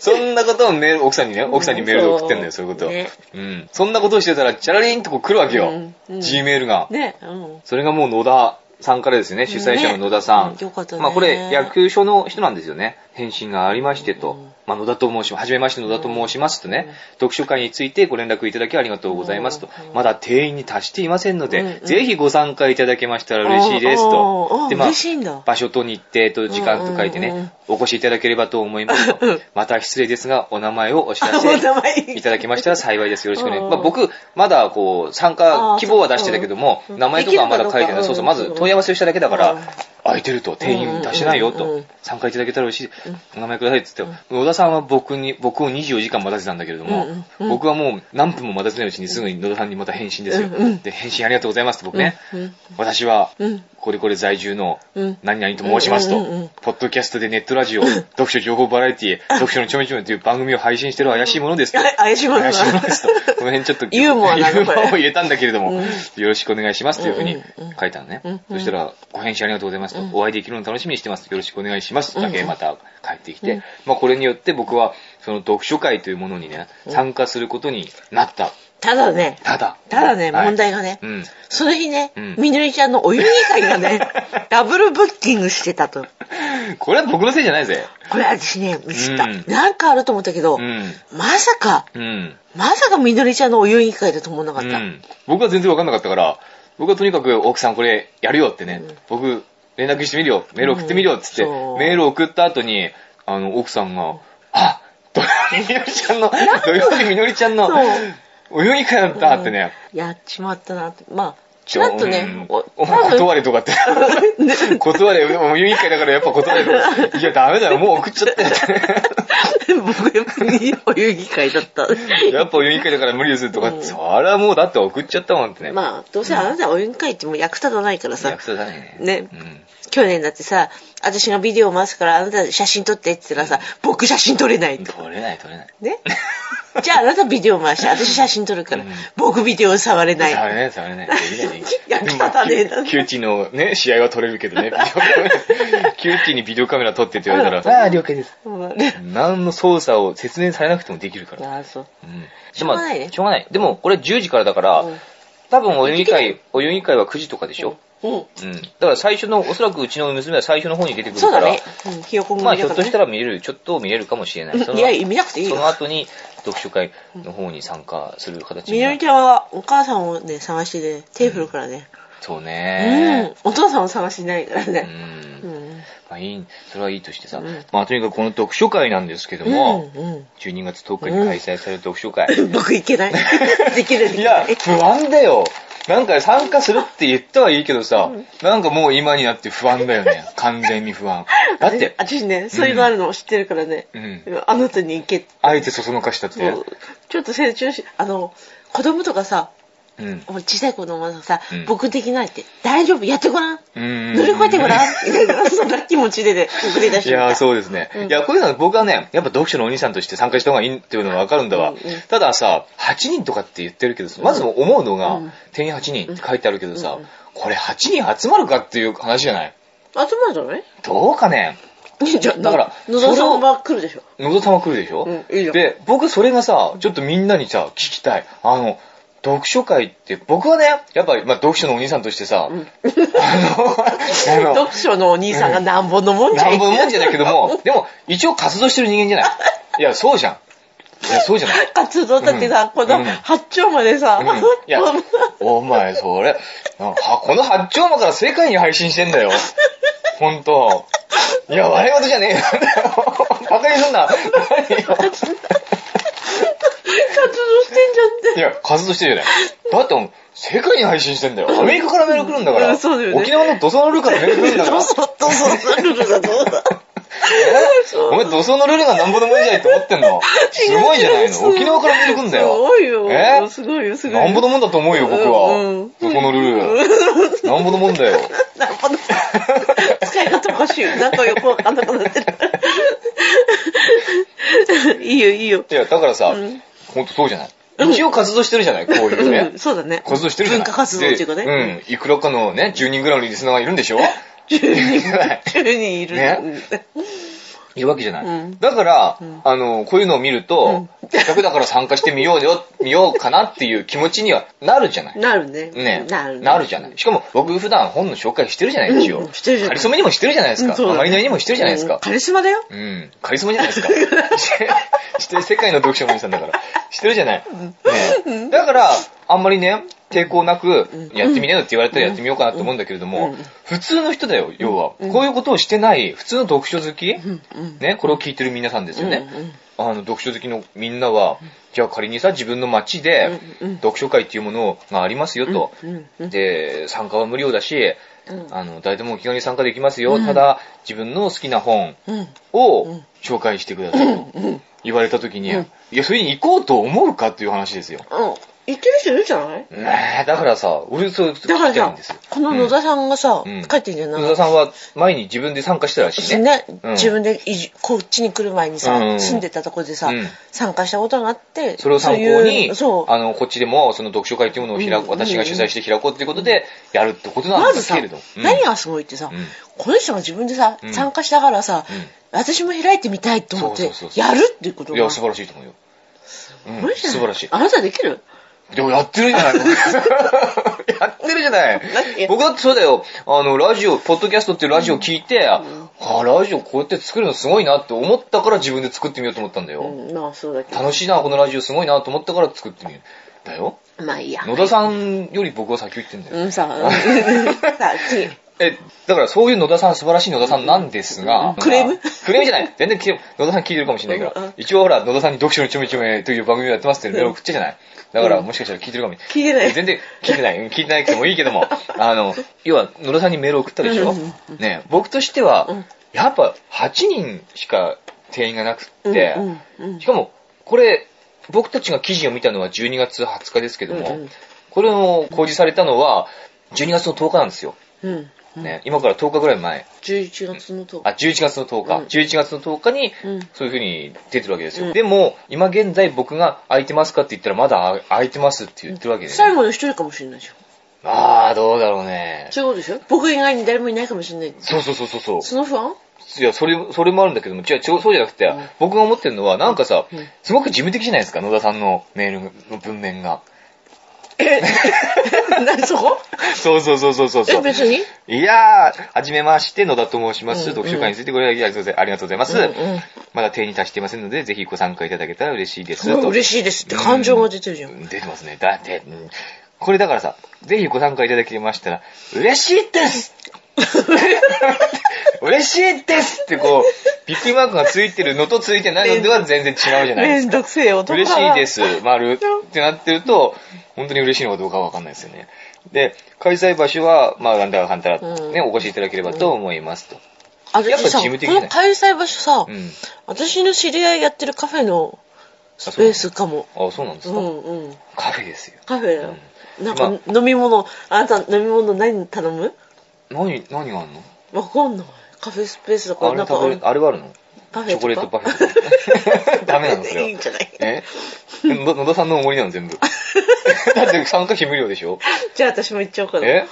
Speaker 1: そんなことをメール、奥さんにね、奥さんにメールで送ってんだよ、そういうことを、
Speaker 2: ね
Speaker 1: うん。そんなことをしてたら、チャラリンとこう来るわけよ、
Speaker 2: うんうん
Speaker 1: G メールが。
Speaker 2: ね、うん。
Speaker 1: それがもう野田さんからですね、主催者の野田さん。
Speaker 2: ねうんよかったね
Speaker 1: まあこれ、役所の人なんですよね。返信がありましてと。
Speaker 2: うん
Speaker 1: まあ野田と申します。はじめまして野田と申しますとね、読書会についてご連絡いただきありがとうございますと。
Speaker 2: うん
Speaker 1: まだ定員に達していませんので、
Speaker 2: うんうん
Speaker 1: ぜひご参加いただけましたら嬉しいです
Speaker 2: あーあ
Speaker 1: と。
Speaker 2: ー
Speaker 1: で、まあ
Speaker 2: 嬉しいんだ
Speaker 1: 場所と日程と時間と書いて
Speaker 2: うんうんうん
Speaker 1: ね、お越しいただければと思いますと
Speaker 2: うん。
Speaker 1: また失礼ですが、お名前をお知ら
Speaker 2: あお名
Speaker 1: せ
Speaker 2: 前
Speaker 1: いただきましたら幸いです。よろしくね。
Speaker 2: うん
Speaker 1: まあ僕、まだこう、参加希望は出してたけども、
Speaker 2: うん
Speaker 1: 名前とかはまだ書いてない。
Speaker 2: できるかどうか
Speaker 1: そうそう、まず問い合わせをしただけだか
Speaker 2: う
Speaker 1: ら
Speaker 2: ん、
Speaker 1: 空いてると、定員に達してないよ
Speaker 2: うんうんうんう
Speaker 1: と
Speaker 2: ん、
Speaker 1: 参加いただけたら嬉しい。お名前くださいって言って、野田さんは僕に、僕を24時間待たせたんだけれども
Speaker 2: うんうん、うん
Speaker 1: 僕はもう何分も待たせないうちにすぐに野田さんにまた返信ですよ
Speaker 2: うんう。ん
Speaker 1: で、返信ありがとうございますって僕ね
Speaker 2: うんうん、
Speaker 1: 私は
Speaker 2: うん、
Speaker 1: これこれ在住の
Speaker 2: うん
Speaker 1: 何々と申しますと
Speaker 2: うんうんうんうん、
Speaker 1: ポッドキャストでネットラジオ、読書情報バラエティ、読書のちょめちょめという番組を配信してる怪しいものですと。
Speaker 2: 怪しいものだ
Speaker 1: 怪しいものですと。この辺ちょっと
Speaker 2: ユーモアなの
Speaker 1: ユーモアを
Speaker 2: これ
Speaker 1: 入れたんだけれども、
Speaker 2: うん
Speaker 1: よろしくお願いしますというふう
Speaker 2: う
Speaker 1: に
Speaker 2: んうんうん
Speaker 1: 書いたのね
Speaker 2: うんう
Speaker 1: そ
Speaker 2: ん。
Speaker 1: したら、ご返信ありがとうございますと。お会いできるの楽しみにしてます。よろしくお願いします。だけまた帰ってき
Speaker 2: う
Speaker 1: て
Speaker 2: ん、
Speaker 1: まあこれによって僕は、その読書会というものにね、参加することになった。
Speaker 2: ただね、
Speaker 1: ただ。
Speaker 2: ただね、
Speaker 1: はい
Speaker 2: 問題がね、
Speaker 1: うん。
Speaker 2: その日ね、
Speaker 1: うん
Speaker 2: みのりちゃんのお湯以外 がね、ダブルブッキングしてたと。
Speaker 1: これは僕のせいじゃないぜ。
Speaker 2: これ私ね、見知った。
Speaker 1: うん
Speaker 2: なんかあると思ったけど、
Speaker 1: うん。
Speaker 2: まさか、
Speaker 1: うん。
Speaker 2: まさかみのりちゃんのお湯以外だと思わなか
Speaker 1: う
Speaker 2: った。
Speaker 1: ん、僕は全然わかんなかったから、僕はとにかく奥さんこれやるよってね、僕連絡してみるよ、メール送ってみるよっつって、
Speaker 2: うんそう
Speaker 1: メール送った後に、あの、奥さんが、あどみのりちゃんの、土曜日みのりちゃんの
Speaker 2: そう、
Speaker 1: 泳ぎ会だったってね、
Speaker 2: やっちまったなって。まあ、ち
Speaker 1: ち
Speaker 2: らっとね、
Speaker 1: おお
Speaker 2: 多
Speaker 1: 前
Speaker 2: 分
Speaker 1: 断れとかって。断れ、お泳ぎ会だからやっぱ断れとか。いや、ダメだよ、もう送っちゃ ったよって。
Speaker 2: 僕やっぱりお遊戯会だった。
Speaker 1: やっぱ泳ぎ会だから無理ですとか、
Speaker 2: うん
Speaker 1: そりゃもうだって送っちゃったもんってね。
Speaker 2: まあ、どうせあなたお遊戯会ってもう役立たないからさ
Speaker 1: 約、束だね。
Speaker 2: ね
Speaker 1: うん
Speaker 2: 去年だってさ、私がビデオを回すからあなた写真撮ってって言ったらさ、僕写真撮れないと。
Speaker 1: 取れない取れない。
Speaker 2: ねじゃああなたビデオ回して、私写真撮るから
Speaker 1: うん、
Speaker 2: 僕ビデオ触れない。
Speaker 1: 触れない、触 れない。できないできない
Speaker 2: 役立たねえな
Speaker 1: でもキュキューティーのね、試合は取れるけど ね、ビデオカメラキューティーにビデオカメラ撮ってって言われたら、ああ、了解です。
Speaker 2: うんね
Speaker 1: 何の操作を説明されなくてもできるから。
Speaker 2: ああ、そう。
Speaker 1: うん
Speaker 2: しょうがないね
Speaker 1: まあしょうがない。でも、これ10時からだから
Speaker 2: うん、
Speaker 1: 多分お湯議会、お湯議会は9時とかでしょ
Speaker 2: うん。
Speaker 1: うん。だから最初の、おそらくうちの娘は最初の方に出てくる
Speaker 2: そう
Speaker 1: か
Speaker 2: だ
Speaker 1: ら
Speaker 2: ね、。うんひよこ組
Speaker 1: まあ
Speaker 2: だ
Speaker 1: ひょっとした
Speaker 2: ら
Speaker 1: ら見れる、ちょっと見れるかもしれない。そ
Speaker 2: ね。
Speaker 1: の
Speaker 2: いや、見なくていい
Speaker 1: そ
Speaker 2: よ
Speaker 1: の。後に読書会の方に参加する形に
Speaker 2: み
Speaker 1: な
Speaker 2: の
Speaker 1: る
Speaker 2: りちゃんはお母さんをね、探してね、手振るからね。
Speaker 1: そう
Speaker 2: う
Speaker 1: ね
Speaker 2: ん。。お父さんを探してないから
Speaker 1: う
Speaker 2: ね。
Speaker 1: ん
Speaker 2: うん。
Speaker 1: まあいい、それはいいとしてさ、
Speaker 2: うん
Speaker 1: まあとにかくこの読書会なんですけど
Speaker 2: う
Speaker 1: も、
Speaker 2: ん。
Speaker 1: 12月10日に開催される読書会。
Speaker 2: うん。僕いけ ない。できるでき
Speaker 1: いや
Speaker 2: な、い。
Speaker 1: 不安だよ。なんか参加するって言ったはいいけどさ、なんかもう今になって不安だよね。完全に不安。だって、
Speaker 2: 私ね、そういうのあるのを知ってるからね。
Speaker 1: うん
Speaker 2: あなたに行けって。
Speaker 1: あえてそそのかしたって。
Speaker 2: そうちょっと成長し、あの、子供とかさ、
Speaker 1: うん。
Speaker 2: もう小さい子供がさ、
Speaker 1: うん
Speaker 2: 僕できないって、大丈夫、やってごらん。
Speaker 1: うん
Speaker 2: 乗り越えてごらん。みたいな、そんな気持ちでね、送り出し
Speaker 1: い
Speaker 2: てみた
Speaker 1: や ー、そうですね。
Speaker 2: うん
Speaker 1: いや、こういうのは僕はね、やっぱ読書のお兄さんとして参加した方がいいっていうのはわかるんだわ。
Speaker 2: うんうん
Speaker 1: たださ、8人とかって言ってるけど、まず思うのが、
Speaker 2: うん
Speaker 1: 定員8人って書いてあるけどさ、
Speaker 2: うん
Speaker 1: これ8人集まるかっていう話じゃない
Speaker 2: 集まるじゃない
Speaker 1: どうかね
Speaker 2: じゃあ
Speaker 1: だから
Speaker 2: 野田さんは来るでしょ。
Speaker 1: のどたま来るでしょ、
Speaker 2: うんいいよ
Speaker 1: で、僕それがさ、ちょっとみんなにさ、聞きたい。あの、読書会って、僕はね、やっぱり、まあ、読書のお兄さんとしてさ、 あ の、あの、
Speaker 2: 読書のお兄さんがなんぼのもんじゃい
Speaker 1: なんぼのもんじゃないけども、でも、一応活動してる人間じゃない。いや、そうじゃん。いや、そうじゃない。
Speaker 2: 活動だってさ、
Speaker 1: うん
Speaker 2: この
Speaker 1: うん
Speaker 2: 八丁までさ、
Speaker 1: うん、い や、お前、それ、なはこの八丁間から世界に配信してんだよ。ほんと。いや、笑い事じゃねえよ。バカにすんな。何よ。
Speaker 2: 活動してんじゃんっ
Speaker 1: い
Speaker 2: て。
Speaker 1: や、活動してるじゃない。だってもう、世界に配信してんだよ。アメリカからメール来るんだから。
Speaker 2: うんそうだよね
Speaker 1: 沖縄の土佐のルーからメール来るんだか
Speaker 2: ど
Speaker 1: ら。
Speaker 2: うぞ、どうぞ、ルルだ、どうだ。
Speaker 1: えお前土佐のルールがなんぼでもいいじゃないって思ってんの。 すごいじゃない の。沖縄からメール来るんだ
Speaker 2: す
Speaker 1: よ。
Speaker 2: ごいよ。
Speaker 1: え
Speaker 2: すごいよ、すごいよ。
Speaker 1: なんぼのもんだと思うよ、僕は。
Speaker 2: う
Speaker 1: そ
Speaker 2: ん
Speaker 1: このルー ル。なんぼのもんだよ。
Speaker 2: なんか、使い方おかしいよ。なんかよくわかんなくなってる。 いいよ、いいよ。
Speaker 1: いや、だからさ
Speaker 2: うん、
Speaker 1: ほんとそうじゃない。一応活動してるじゃない、こういうね
Speaker 2: うん。そうだね。
Speaker 1: 活動してるじゃない。
Speaker 2: 文化活動っていうかね
Speaker 1: でうん。いくらかのね、10人ぐらいのリスナーがいるん でしょ
Speaker 2: 10人、
Speaker 1: はい
Speaker 2: 10人いる。
Speaker 1: ねいるわけじゃない。
Speaker 2: うん
Speaker 1: だから、
Speaker 2: うん
Speaker 1: あの、こういうのを見ると、せっかくだから参加してみようよ、見ようかなっていう気持ちにはなるじゃない。
Speaker 2: なるね。
Speaker 1: ね
Speaker 2: なるね。
Speaker 1: じゃない。しかも僕普段本の紹介してるじゃない、一応。
Speaker 2: うんしてるじゃな
Speaker 1: カ
Speaker 2: い
Speaker 1: リスマにもしてるじゃないです
Speaker 2: う
Speaker 1: か。
Speaker 2: んそうだね
Speaker 1: マリナにもしてるじゃないです
Speaker 2: うん
Speaker 1: か。
Speaker 2: カリスマだよ。
Speaker 1: うん、カリスマじゃないですか。 しして、世界の読書もおじさんだから。してるじゃない。ね、だから、あんまりね、抵抗なく、やってみなよって言われたらやってみようかなと思うんだけれども
Speaker 2: うん、
Speaker 1: 普通の人だよ、要は。こういうことをしてない、普通の読書好き、
Speaker 2: うん
Speaker 1: ね、これを聞いてる皆さんですよね。
Speaker 2: うんうん
Speaker 1: あの、読書好きのみんなは、じゃあ仮にさ、自分の街で、
Speaker 2: うんうん
Speaker 1: 読書会っていうものがありますよと。
Speaker 2: うんうん
Speaker 1: で、参加は無料だし、
Speaker 2: うん
Speaker 1: あの、誰でもお気軽に参加できますよ。
Speaker 2: うん
Speaker 1: ただ、自分の好きな本
Speaker 2: うん
Speaker 1: を紹介してくださいと言われた時に、
Speaker 2: うん
Speaker 1: いや、それに行こうと思うかっていう話ですよ。
Speaker 2: うん。言ってる人いるじゃない
Speaker 1: ねえだからさ、俺、そう、
Speaker 2: だか
Speaker 1: 聞
Speaker 2: ら
Speaker 1: きたいん
Speaker 2: さ
Speaker 1: ですよ。、
Speaker 2: この野田さんがさ
Speaker 1: うん、
Speaker 2: 帰ってんじゃない
Speaker 1: 野田さんは前に自分で参加したらしいね。
Speaker 2: ね、
Speaker 1: うん
Speaker 2: 自分で移住こっちに来る前にさ、
Speaker 1: うんうん
Speaker 2: 住んでたところでさ、
Speaker 1: うん
Speaker 2: 参加したことがあって
Speaker 1: それを参考
Speaker 2: そういう
Speaker 1: に、
Speaker 2: そう
Speaker 1: あの、こっちでも、その読書会というものを開
Speaker 2: うん
Speaker 1: く、私が主催して開こうっていうことで、やるってことなん
Speaker 2: ま
Speaker 1: で
Speaker 2: ず
Speaker 1: す
Speaker 2: さ、
Speaker 1: けれど。うん
Speaker 2: 何がすごいってさ、
Speaker 1: うん
Speaker 2: この人が自分でさ、
Speaker 1: うん
Speaker 2: 参加したからさ、
Speaker 1: うん
Speaker 2: 私も開いてみたいと思って
Speaker 1: そうそうそうそう
Speaker 2: やるっていうこと
Speaker 1: い
Speaker 2: が
Speaker 1: や、素晴らしいと思うよ。う
Speaker 2: これ
Speaker 1: ん
Speaker 2: じゃない
Speaker 1: 素晴らしい。
Speaker 2: あなたできる
Speaker 1: でも やってるじゃないのやってるじゃない
Speaker 2: 何
Speaker 1: 僕だってそうだよ。あの、ラジオ、ポッドキャストっていうラジオ聞いて、あ、ラジオこうやって作るのすごいなって思ったから自分で作ってみようと思ったんだよ。
Speaker 2: うん、まあそうだけ
Speaker 1: 楽しいな、このラジオすごいなと思ったから作ってみる。だよ。
Speaker 2: ど。まあいいや。
Speaker 1: 野田さんより僕は先を言ってんだよ。
Speaker 2: うんさ、うんさ、次。
Speaker 1: え、だからそういう野田さん、素晴らしい野田さんなんですが、
Speaker 2: クレーム
Speaker 1: クレームじゃない。全然聞いて野田さん聞いてるかもしれないか
Speaker 2: うんう
Speaker 1: ら
Speaker 2: ん。
Speaker 1: 一応ほら、野田さんに読書のちょめちょめという番組をやってますってメール送ってじゃない。だからもしかしたら聞いてるかもしれない。
Speaker 2: 聞いてない
Speaker 1: 全然聞いてない。うん聞いてないくてもいいけど も。あの、要は野田さんにメール送ったでしょ
Speaker 2: うんうん。
Speaker 1: ね、僕としては
Speaker 2: うん、
Speaker 1: やっぱ8人しか定員がなくって
Speaker 2: うん、うんうん
Speaker 1: しかも、これ、僕たちが記事を見たのは12月20日ですけど
Speaker 2: う
Speaker 1: も
Speaker 2: んうん、
Speaker 1: これを公示されたのは12月の10日なんですよ。
Speaker 2: うん。
Speaker 1: ね、今から10日ぐらい前。
Speaker 2: 11月のとこ
Speaker 1: あ、11月の10日。
Speaker 2: うん
Speaker 1: 11月の10日に
Speaker 2: うん、
Speaker 1: そういう風に出てるわけですよ。
Speaker 2: うん
Speaker 1: でも、今現在僕が空いてますかって言ったら、まだ空いてますって言ってるわけです、
Speaker 2: 最後の一人かもしれないでしょ。
Speaker 1: あー、どうだろうね。
Speaker 2: そういうことでしょ僕以外に誰もいないかもしれない。
Speaker 1: そうそうそうそうそう。
Speaker 2: その不安
Speaker 1: いや、それ、それもあるんだけども、違う、違うそうじゃなくて、
Speaker 2: うん
Speaker 1: 僕が思ってるのは、なんかさ、
Speaker 2: うん
Speaker 1: すごく事務的じゃないですか、野田さんのメールの文面が。
Speaker 2: 何そこ
Speaker 1: そうそうそうそうそうそ
Speaker 2: え、
Speaker 1: う。
Speaker 2: 別に
Speaker 1: いやー、はじめまして、野田と申します。
Speaker 2: うんうん
Speaker 1: 読書会についてご覧いただきありがとうございます。
Speaker 2: うんうん
Speaker 1: まだ定員に達していませんので、ぜひご参加いただけたら嬉しいです。
Speaker 2: すごい嬉
Speaker 1: しい
Speaker 2: しいですって感情が出てるじゃん。
Speaker 1: 出てますね。だって、うんこれだからさ、ぜひご参加いただきましたら、嬉しいです 嬉しいですってこう、ビッグマークがついてるのとついてないのでは全然違うじゃないで
Speaker 2: め
Speaker 1: す
Speaker 2: ん
Speaker 1: か。
Speaker 2: どくせえ男
Speaker 1: 嬉
Speaker 2: だ
Speaker 1: しい
Speaker 2: な
Speaker 1: で。す、丸ってなってると、本当に嬉しいのかどうかはわかんないですよね。で、開催場所は、まあ、なんだかんだら、
Speaker 2: うん
Speaker 1: ね、お越しいただければと思いますと。
Speaker 2: あれ
Speaker 1: やっぱ
Speaker 2: さ
Speaker 1: 事務的
Speaker 2: こ
Speaker 1: だね
Speaker 2: の開催場所さ、
Speaker 1: うん。
Speaker 2: 私の知り合いやってるカフェのスペースかも。
Speaker 1: あ、そうなんで
Speaker 2: う
Speaker 1: すか。
Speaker 2: んうん。
Speaker 1: カフェですよ。
Speaker 2: カフェだよ。なんか、
Speaker 1: ま
Speaker 2: 飲み物、あなた飲み物何頼む
Speaker 1: 何、何があるの
Speaker 2: わかんない。カフェスペースだか
Speaker 1: あれ
Speaker 2: ら、なんか、
Speaker 1: 食べ、あれはあるの
Speaker 2: パフ
Speaker 1: チ
Speaker 2: ェ
Speaker 1: ョコレー
Speaker 2: と
Speaker 1: ト
Speaker 2: か
Speaker 1: パフェ とか。ダメなのそ
Speaker 2: いい
Speaker 1: れ
Speaker 2: ん
Speaker 1: は。
Speaker 2: じゃない
Speaker 1: えの野田さんのおごりなの全部。だって参加費無料でしょ
Speaker 2: じゃあ私も行っちゃおうかな。
Speaker 1: え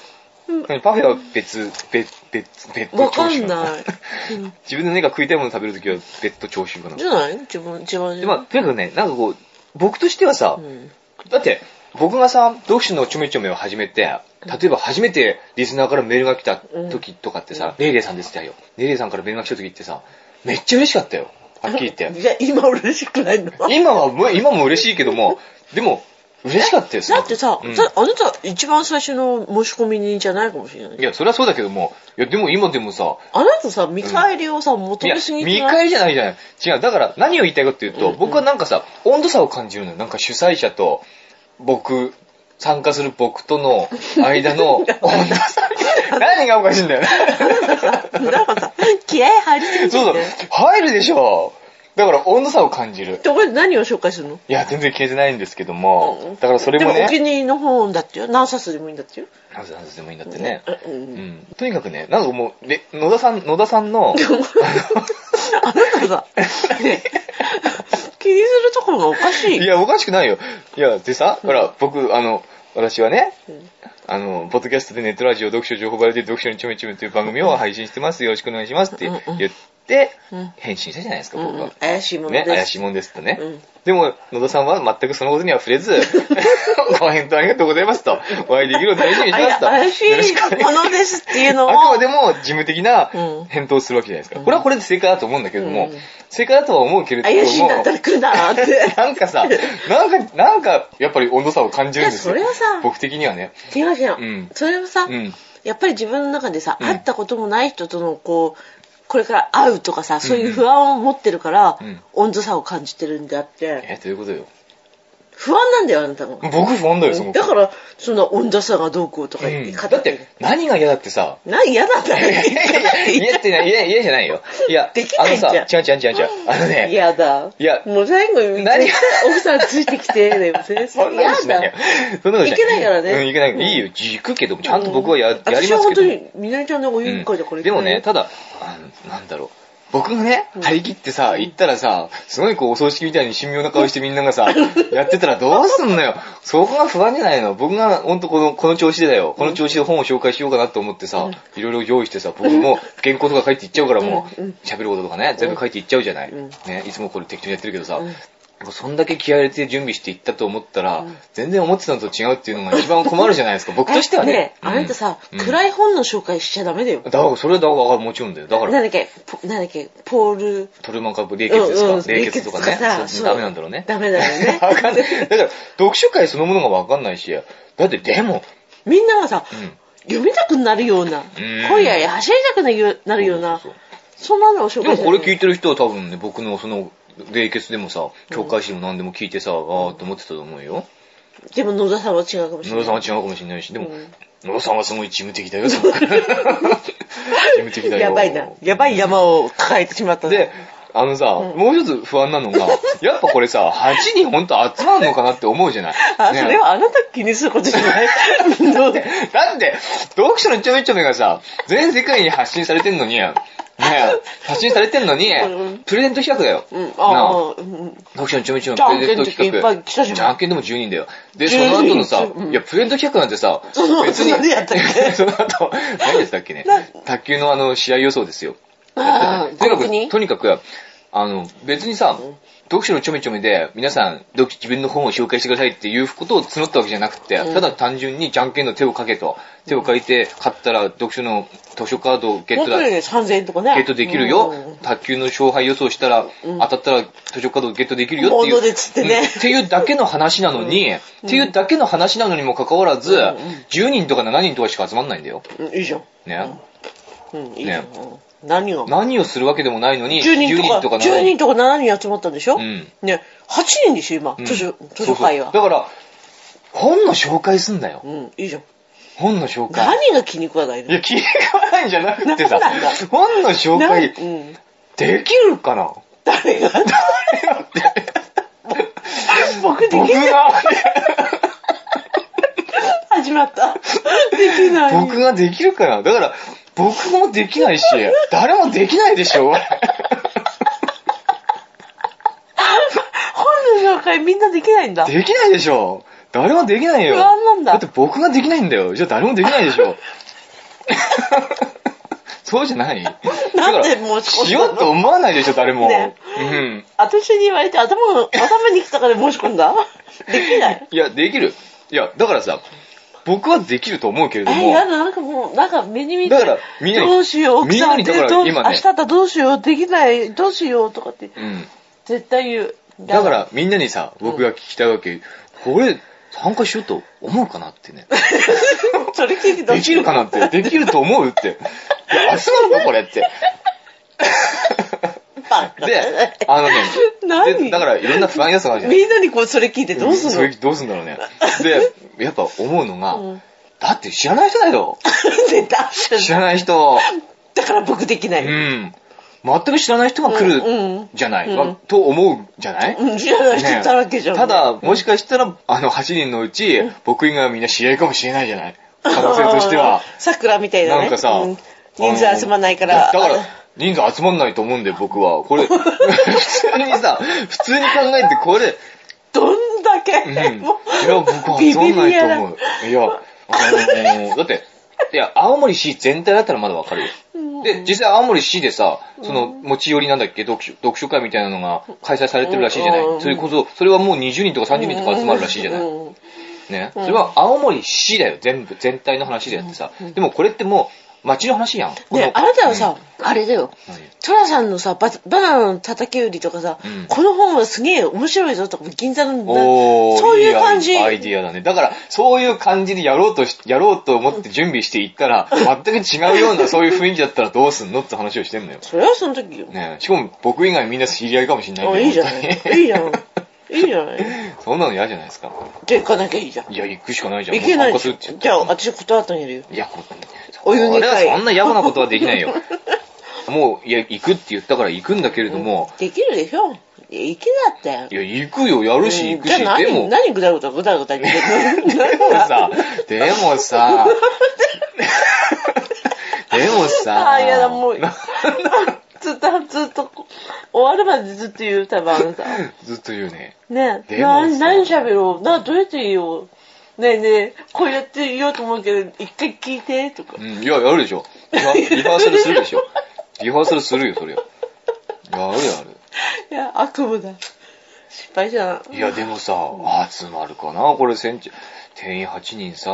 Speaker 1: 何パフェは別、別、別、別
Speaker 2: わ
Speaker 1: 途
Speaker 2: か
Speaker 1: 徴収
Speaker 2: ん
Speaker 1: なの
Speaker 2: ない。うん
Speaker 1: 自分で何か食いたいもの食べるときは別途徴収かな
Speaker 2: じ。ゃない自分、自分
Speaker 1: でまあ、とにかくね、なんかこう、僕としてはさ、
Speaker 2: うん
Speaker 1: だって、僕がさ、読書のちょめちょめを始めて、例えば初めてリスナーからメールが来た時とかってさ、レイレイさんですってよ。レイレイさんからメールが来た時ってさ、めっちゃ嬉しかったよ。はっきり言って。
Speaker 2: いや、今嬉しくないのだ
Speaker 1: 今はもう、今も嬉しいけども、でも、嬉しかったよ、すごく
Speaker 2: ってさ、
Speaker 1: うん
Speaker 2: さあなた一番最初の申し込み人じゃないかもしれない
Speaker 1: い。や、それはそうだけども、いや、でも今でもさ、
Speaker 2: あなたさ、見返りをさ、求
Speaker 1: いや
Speaker 2: めすぎ、て
Speaker 1: 見
Speaker 2: ない
Speaker 1: 返りじゃないじゃない。違う。だから、何を言いたいかっていうと、
Speaker 2: うんうん
Speaker 1: 僕はなんかさ、温度差を感じるのよ。なんか主催者と、僕、参加する僕との 間の温度差。何がおかしいんだよね。
Speaker 2: なんかさ、 気合入りすぎてて。
Speaker 1: そうそう。入るでしょ。だから、温度差を感じる。
Speaker 2: ところで何を紹介するの
Speaker 1: いや、全然消えてないんですけども、
Speaker 2: うん
Speaker 1: だからそれも
Speaker 2: でもお気
Speaker 1: ね、
Speaker 2: に入りの本だってよ。何冊でもいいんだ ってよ。
Speaker 1: なぜなぜでもいいんだってね。
Speaker 2: う。
Speaker 1: うん
Speaker 2: うん
Speaker 1: ん。とにかくね、なんかもう、で野田さん、野田さん の、
Speaker 2: あなたさ、 ね、気にするところがおかしい。
Speaker 1: いや、おかしくないよ。いや、でさ、ほら、僕、あの、私はね、
Speaker 2: うん
Speaker 1: あの、ポッドキャストでネットラジオ読書情報バラエティ読書にちょめちょめという番組を配信してます。よろしくお願いしますって
Speaker 2: うんうん
Speaker 1: 言って、
Speaker 2: うん
Speaker 1: 返信したじゃないですか、
Speaker 2: う
Speaker 1: 僕
Speaker 2: んう
Speaker 1: は
Speaker 2: ん。怪しいもので
Speaker 1: ね、
Speaker 2: す。
Speaker 1: 怪しいもんですとね。
Speaker 2: うん
Speaker 1: でも、野田さんは全くそのことには触れず、ご返答ありがとうございますと、お会いできるのを楽しみにしま
Speaker 2: あ
Speaker 1: すと。
Speaker 2: 怪し
Speaker 1: よろしくお願
Speaker 2: い
Speaker 1: いしま
Speaker 2: も
Speaker 1: す
Speaker 2: のですっていうのを。
Speaker 1: あくまでも事務的な
Speaker 2: うん
Speaker 1: 返答をするわけじゃないですか。
Speaker 2: うん
Speaker 1: これはこれで正解だと思うんだけども、
Speaker 2: うん
Speaker 1: 正解だとは思うけれども、
Speaker 2: 怪しいんだったら来るなーって。
Speaker 1: なんかさ、なんか、なんか、やっぱり温度差を感じるんですよ。
Speaker 2: いやそれはさ
Speaker 1: 僕的にはね。
Speaker 2: 違う違う。
Speaker 1: うん
Speaker 2: それはさ、
Speaker 1: うん。
Speaker 2: やっぱり自分の中でさ、
Speaker 1: うん
Speaker 2: 会ったこともない人とのこう、これから会うとかさ、そういううん不安を持ってるから、
Speaker 1: うん
Speaker 2: 温度差を感じてるんであって、
Speaker 1: え、どういうことよ。
Speaker 2: 不安なんだよ、あなたも。
Speaker 1: 僕不安だよ、その
Speaker 2: だから、そんな温度差がどうこうとか
Speaker 1: う
Speaker 2: 言
Speaker 1: ん、
Speaker 2: って、
Speaker 1: だって、何が嫌だって さ、
Speaker 2: な、嫌なんだよ。行かなくていい
Speaker 1: 嫌ってな、嫌、嫌じゃないよ。いや、
Speaker 2: できないじゃん
Speaker 1: あのさ、違う違う違う違う。あのね、
Speaker 2: 嫌だ。
Speaker 1: いや
Speaker 2: もう最後に、
Speaker 1: 何
Speaker 2: 奥さんついてきて、でも全
Speaker 1: そ
Speaker 2: 然
Speaker 1: んなことしないよ
Speaker 2: 嫌。
Speaker 1: そんなことしない。
Speaker 2: いけないからね
Speaker 1: うん、いけない。いいよ、行くけども、ちゃんと僕はや、やりますけ
Speaker 2: 私は
Speaker 1: ども。
Speaker 2: 本当に、みなりちゃんのご委員会だか
Speaker 1: うん
Speaker 2: ら
Speaker 1: でもね、、ただ、あのなんだろう。僕がね、張り切ってさ、行ったらさ、すごいこう、お葬式みたいに神妙な顔してみんながさ、やってたらどうすんのよ。そこが不安じゃないの。僕がほんとこの、この調子でだよ。この調子で本を紹介しようかなと思ってさ、いろいろ用意してさ、僕も原稿とか書いていっちゃうからもう
Speaker 2: うんうん、
Speaker 1: 喋ることとかね、全部書いていっちゃうじゃない。
Speaker 2: うん
Speaker 1: ね、いつもこれ適当にやってるけどさ、
Speaker 2: うん
Speaker 1: もうそんだけ気合い入れて準備していったと思ったら、全然思ってたのと違うっていうのが一番困るじゃないですか。僕としてはね。
Speaker 2: えあなたさ、
Speaker 1: うん
Speaker 2: 暗い本の紹介しちゃダメだよ。
Speaker 1: だから、それはだから、もちろんだよ。だか
Speaker 2: なん
Speaker 1: ら、
Speaker 2: だっけ、ポなんだっけ、ポール、
Speaker 1: トルマンカップ、冷血ですか、
Speaker 2: うんうん
Speaker 1: 冷血とか
Speaker 2: 冷血とか
Speaker 1: ね。
Speaker 2: さ
Speaker 1: そ
Speaker 2: そう
Speaker 1: うダメなんだろうね。
Speaker 2: ダメだよね。
Speaker 1: わかんない。だから、読書会そのものがわかんないし、だって、でも、
Speaker 2: みんながさ、
Speaker 1: うん。
Speaker 2: 読みたくなるような、今夜へ走りたくなるようなるような
Speaker 1: そう、
Speaker 2: そんなのを紹
Speaker 1: でも、
Speaker 2: 介し
Speaker 1: これ聞い
Speaker 2: て。
Speaker 1: てる人は多分ね、僕のその、冷血でもさ、教会誌も何でも聞いてさ、あーって思ってたと思うよ。
Speaker 2: でも野田さんは違うかもし
Speaker 1: 野
Speaker 2: れ
Speaker 1: 田さん
Speaker 2: な。
Speaker 1: はい違うかもしれないし、でも
Speaker 2: うん、
Speaker 1: 野田さんはすごい事務的だ よ、事務的だよ。
Speaker 2: やばいな。やばい山を抱えてしまったな
Speaker 1: で、、あのさ、もう一つ不安なのが、やっぱこれさ、8人 ほんと集まるのかなって思うじゃない。
Speaker 2: あ、
Speaker 1: ね
Speaker 2: それはあなた気にすることじゃない。 どうで
Speaker 1: だって、読書のちょめちょめがさ、全世界に発信されてんのに、ね発信されてんのに
Speaker 2: うん、
Speaker 1: プレゼント企画だよ。
Speaker 2: うん、
Speaker 1: な
Speaker 2: あ
Speaker 1: あ
Speaker 2: あ、うんうん。
Speaker 1: 読書のちょめちょめプレゼント企画。
Speaker 2: じゃんけんの時いっぱい来たじゃん
Speaker 1: んけんでも10人だよ。で、その
Speaker 2: 10
Speaker 1: 後
Speaker 2: 人
Speaker 1: のさ、
Speaker 2: うん
Speaker 1: いや、プレゼント企画なんてさ、
Speaker 2: その後
Speaker 1: 別に、
Speaker 2: 何やったっけ
Speaker 1: その後、何でしたっけね。卓球のあの、試合予想ですよ。
Speaker 2: ああ、
Speaker 1: とにか
Speaker 2: 本当に
Speaker 1: く、とにかく、あの、別にさ、読書のちょめちょめで、皆さん、読自分の本を紹介してくださいっていうことを募ったわけじゃなくて、
Speaker 2: うん
Speaker 1: ただ単純にじゃんけんの手をかけと、手を借りて買ったら、読書の図書カードをゲッ
Speaker 2: 本
Speaker 1: トだ
Speaker 2: 当。にね、3000円とかね。
Speaker 1: ゲットできる
Speaker 2: うん
Speaker 1: よ。卓球の勝敗予想したら、当たったら図書カードをゲットできるよっていう。
Speaker 2: ボードで釣ってね
Speaker 1: うんっていうだけの話なのに、っていうだけの話なのにもかかわらず、10人とか7人とかしか集まんないんだよ。
Speaker 2: うん、いいじゃん。
Speaker 1: ね。
Speaker 2: うん、いいじゃん。
Speaker 1: ね
Speaker 2: うん何が
Speaker 1: 何をするわけでもないのに、
Speaker 2: 10人とか、
Speaker 1: 7
Speaker 2: 10人とか7人集まったんでしょ、
Speaker 1: うん
Speaker 2: ね、8人でしょ、今、図書、図書会は。
Speaker 1: そうそうだから、本の紹介すんだよ。
Speaker 2: うん、いいじゃん。
Speaker 1: 本の紹介。
Speaker 2: 何が気に食わないの
Speaker 1: いや、気に食わないんじゃなくてさ
Speaker 2: なんなんだ、
Speaker 1: 本の紹
Speaker 2: な
Speaker 1: 介
Speaker 2: うん、
Speaker 1: できるかな
Speaker 2: 誰が僕でき
Speaker 1: 僕
Speaker 2: ない。
Speaker 1: が、
Speaker 2: 始まった。できない。
Speaker 1: 僕ができるかなだから、僕もできないし、誰もできないでしょ
Speaker 2: 本の紹介みんなできないんだ。
Speaker 1: できないでしょ誰もできないよ。
Speaker 2: 不安なんだ
Speaker 1: って僕ができないんだよ。じゃあ誰もできないで しょそうじゃないだから
Speaker 2: なんで申し込んだの
Speaker 1: しようと思わないでしょ、誰も。
Speaker 2: ね
Speaker 1: うん。
Speaker 2: 私に言われて頭が、頭に来たから申し込んだできない。
Speaker 1: いや、できる。いや、だからさ、僕はできると思うけれ
Speaker 2: え
Speaker 1: ど
Speaker 2: ー、
Speaker 1: も、
Speaker 2: やだ、なんかもう、なんか目に見て、
Speaker 1: だからみんなに
Speaker 2: どうしよう、奥さん
Speaker 1: みんなにだから
Speaker 2: どう
Speaker 1: 今ね
Speaker 2: 明日だどうしよう、できない、どうしようとかって、
Speaker 1: うん。
Speaker 2: 絶対言う。
Speaker 1: だから、みんなにさ、僕が聞きたいわけ、これ、参加しようと思うかな ってね。
Speaker 2: それ聞いてどう
Speaker 1: できるかなって、できると思うって。いや集まるのこれって。
Speaker 2: バカ
Speaker 1: で、あのね、
Speaker 2: 何
Speaker 1: でだからいろんな不安要素があるじゃない
Speaker 2: みんなにこう、それ聞いてどうすん
Speaker 1: そ
Speaker 2: の、
Speaker 1: れどうすんだろうね。で、やっぱ思うのが、
Speaker 2: うん
Speaker 1: だって知らない人だよ。
Speaker 2: でだ
Speaker 1: 知らない 人。
Speaker 2: だから僕できな
Speaker 1: う
Speaker 2: い。
Speaker 1: ん。全く知らない人が来
Speaker 2: うんう
Speaker 1: る
Speaker 2: ん
Speaker 1: じゃない、
Speaker 2: うん
Speaker 1: わと思うじゃない、
Speaker 2: うん知らない人だらけじゃん。
Speaker 1: た、だ、もしかしたら、あの、8人のうち、僕以外はみんな知り合いかもしれないじゃない可能性としては。。
Speaker 2: 桜みたいなね。
Speaker 1: なんかさ、
Speaker 2: う人数集まんないから。
Speaker 1: あのだから、人数集まんないと思うんで、僕は。 これ、普通にさ、普通に考えて、これ、
Speaker 2: どんだけ、
Speaker 1: うん。いや、
Speaker 2: もう
Speaker 1: 僕は集まんないと思
Speaker 2: ビビ
Speaker 1: う。いや、あのーだって、いや、青森市全体だったらまだわかるよ。で、実際青森市でさ、その、持ち寄りなんだっけ、読書、読書会みたいなのが開催されてるらしいじゃな
Speaker 2: うんうん
Speaker 1: いそれこそ、それはもう20人とか30人とか集まるらしいじゃない
Speaker 2: うんうん
Speaker 1: ね。それは青森市だよ、全部、全体の話でやってさ。でもこれってもう、町の話やん。こ
Speaker 2: ね
Speaker 1: の
Speaker 2: あなたはさ、、あれだよ
Speaker 1: 何。
Speaker 2: トラさんのさ、ババナナの叩き売りとかさ、
Speaker 1: うん
Speaker 2: この本はすげえ面白いぞとか、銀座の、
Speaker 1: おー
Speaker 2: そういう感じ。
Speaker 1: いアイディアだね。だから、そういう感じでやろうとし、やろうと思って準備していったら、 全く違うようなそういう雰囲気だったらどうすんのって話をしてんのよ。
Speaker 2: それはその時よ。
Speaker 1: ねしかも僕以外みんな知り合いかもしんないけど
Speaker 2: あ、いいじゃない。
Speaker 1: 本当に
Speaker 2: いいじゃん。いいじゃない。
Speaker 1: そんなの嫌じゃないですか。
Speaker 2: じゃあ行かなきゃいいじゃん。
Speaker 1: いや、行くしかないじゃん。
Speaker 2: 行けない
Speaker 1: もう参
Speaker 2: で
Speaker 1: 加す
Speaker 2: しょ
Speaker 1: るって言った
Speaker 2: じゃあ、私断ったんやるよ。
Speaker 1: いや、こ
Speaker 2: お湯に
Speaker 1: 俺は
Speaker 2: 入る
Speaker 1: そんな野暮なことはでき ないよ。もう、いや、行くって言ったから行くんだけれども、
Speaker 2: できるでしょ。いや、行けだって。
Speaker 1: いや、行くよ、やるし、行くし、
Speaker 2: じゃあ
Speaker 1: で
Speaker 2: 何、
Speaker 1: も、
Speaker 2: 何ぐだぐだぐだぐだ言ってるの
Speaker 1: でもさ、でも さ、でもさ、
Speaker 2: あー、やだ、もう。ずっと、ずっと、終わるまでずっと言う、多分あなた。
Speaker 1: ずっと言うね。
Speaker 2: ねえ、
Speaker 1: でもさ
Speaker 2: な何喋ろうな、どうやって言おうねえねえ、こうやって言おうと思うけど、一回聞いて、とか
Speaker 1: う。ん、いや、やるでしょ。リハリハーサルするでしょ。リハーサルするよ、それは。やるやる。
Speaker 2: いや、悪夢だ。失敗じゃん。
Speaker 1: いや、でもさ、集まるかなこれ、船長店員8人さ、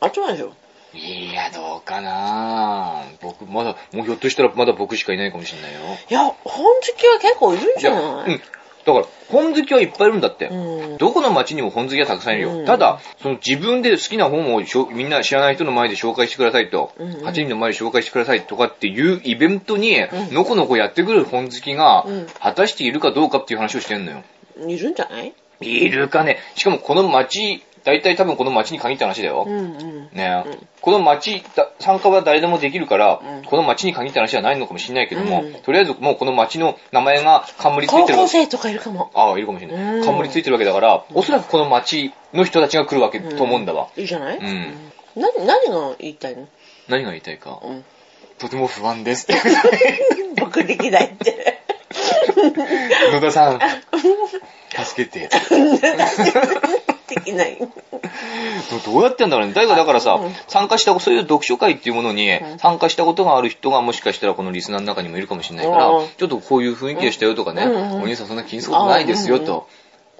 Speaker 2: あとはでしょ。
Speaker 1: いや、どうかな僕、まだ、もうひょっとしたらまだ僕しかいないかもしれないよ。
Speaker 2: いや、本好きは結構いるん
Speaker 1: い
Speaker 2: じゃ
Speaker 1: や、
Speaker 2: な
Speaker 1: う
Speaker 2: い
Speaker 1: ん。だから、本好きはいっぱいいるんだって。
Speaker 2: うん
Speaker 1: どこの町にも本好きはたくさんいるよ。
Speaker 2: うん
Speaker 1: ただ、その自分で好きな本をしょみんな知らない人の前で紹介してくださいと、
Speaker 2: うんうん
Speaker 1: 8人の前で紹介してくださいとかっていうイベントに、のこのこやってくる本好きが
Speaker 2: うん、
Speaker 1: 果たしているかどうかっていう話をしてんのよ。
Speaker 2: いるんじゃない
Speaker 1: いるかね。しかもこの町、大体多分この町に限った話だよ。
Speaker 2: うんうん。
Speaker 1: ねこの町、だ参加は誰でもできるから、
Speaker 2: ん
Speaker 1: この町に限った話はないのかもしれないけども、
Speaker 2: うん
Speaker 1: とりあえずもうこの町の名前が冠つい
Speaker 2: 高
Speaker 1: てるわ
Speaker 2: 校
Speaker 1: け。
Speaker 2: 生とかいるかも。
Speaker 1: ああ、いるかもしれない。
Speaker 2: うん
Speaker 1: 冠ついてるわけだから、おそらくこの町の人たちが来るわけと思うんだわ。
Speaker 2: いいじゃない
Speaker 1: うん。
Speaker 2: な何が言いたいの
Speaker 1: 何が言いたいか。
Speaker 2: うん。
Speaker 1: とても不安です。
Speaker 2: 僕できないって。
Speaker 1: 野田さん、助けて。
Speaker 2: できない。
Speaker 1: どどうやってんだろうね。だからだからさ、参加した、そういう読書会っていうものに参加したことがある人がもしかしたらこのリスナーの中にもいるかもしれないから
Speaker 2: うん、
Speaker 1: ちょっとこういう雰囲気でしたよとかね、
Speaker 2: うんうんうん
Speaker 1: お兄さんそんな気にすることないですよと、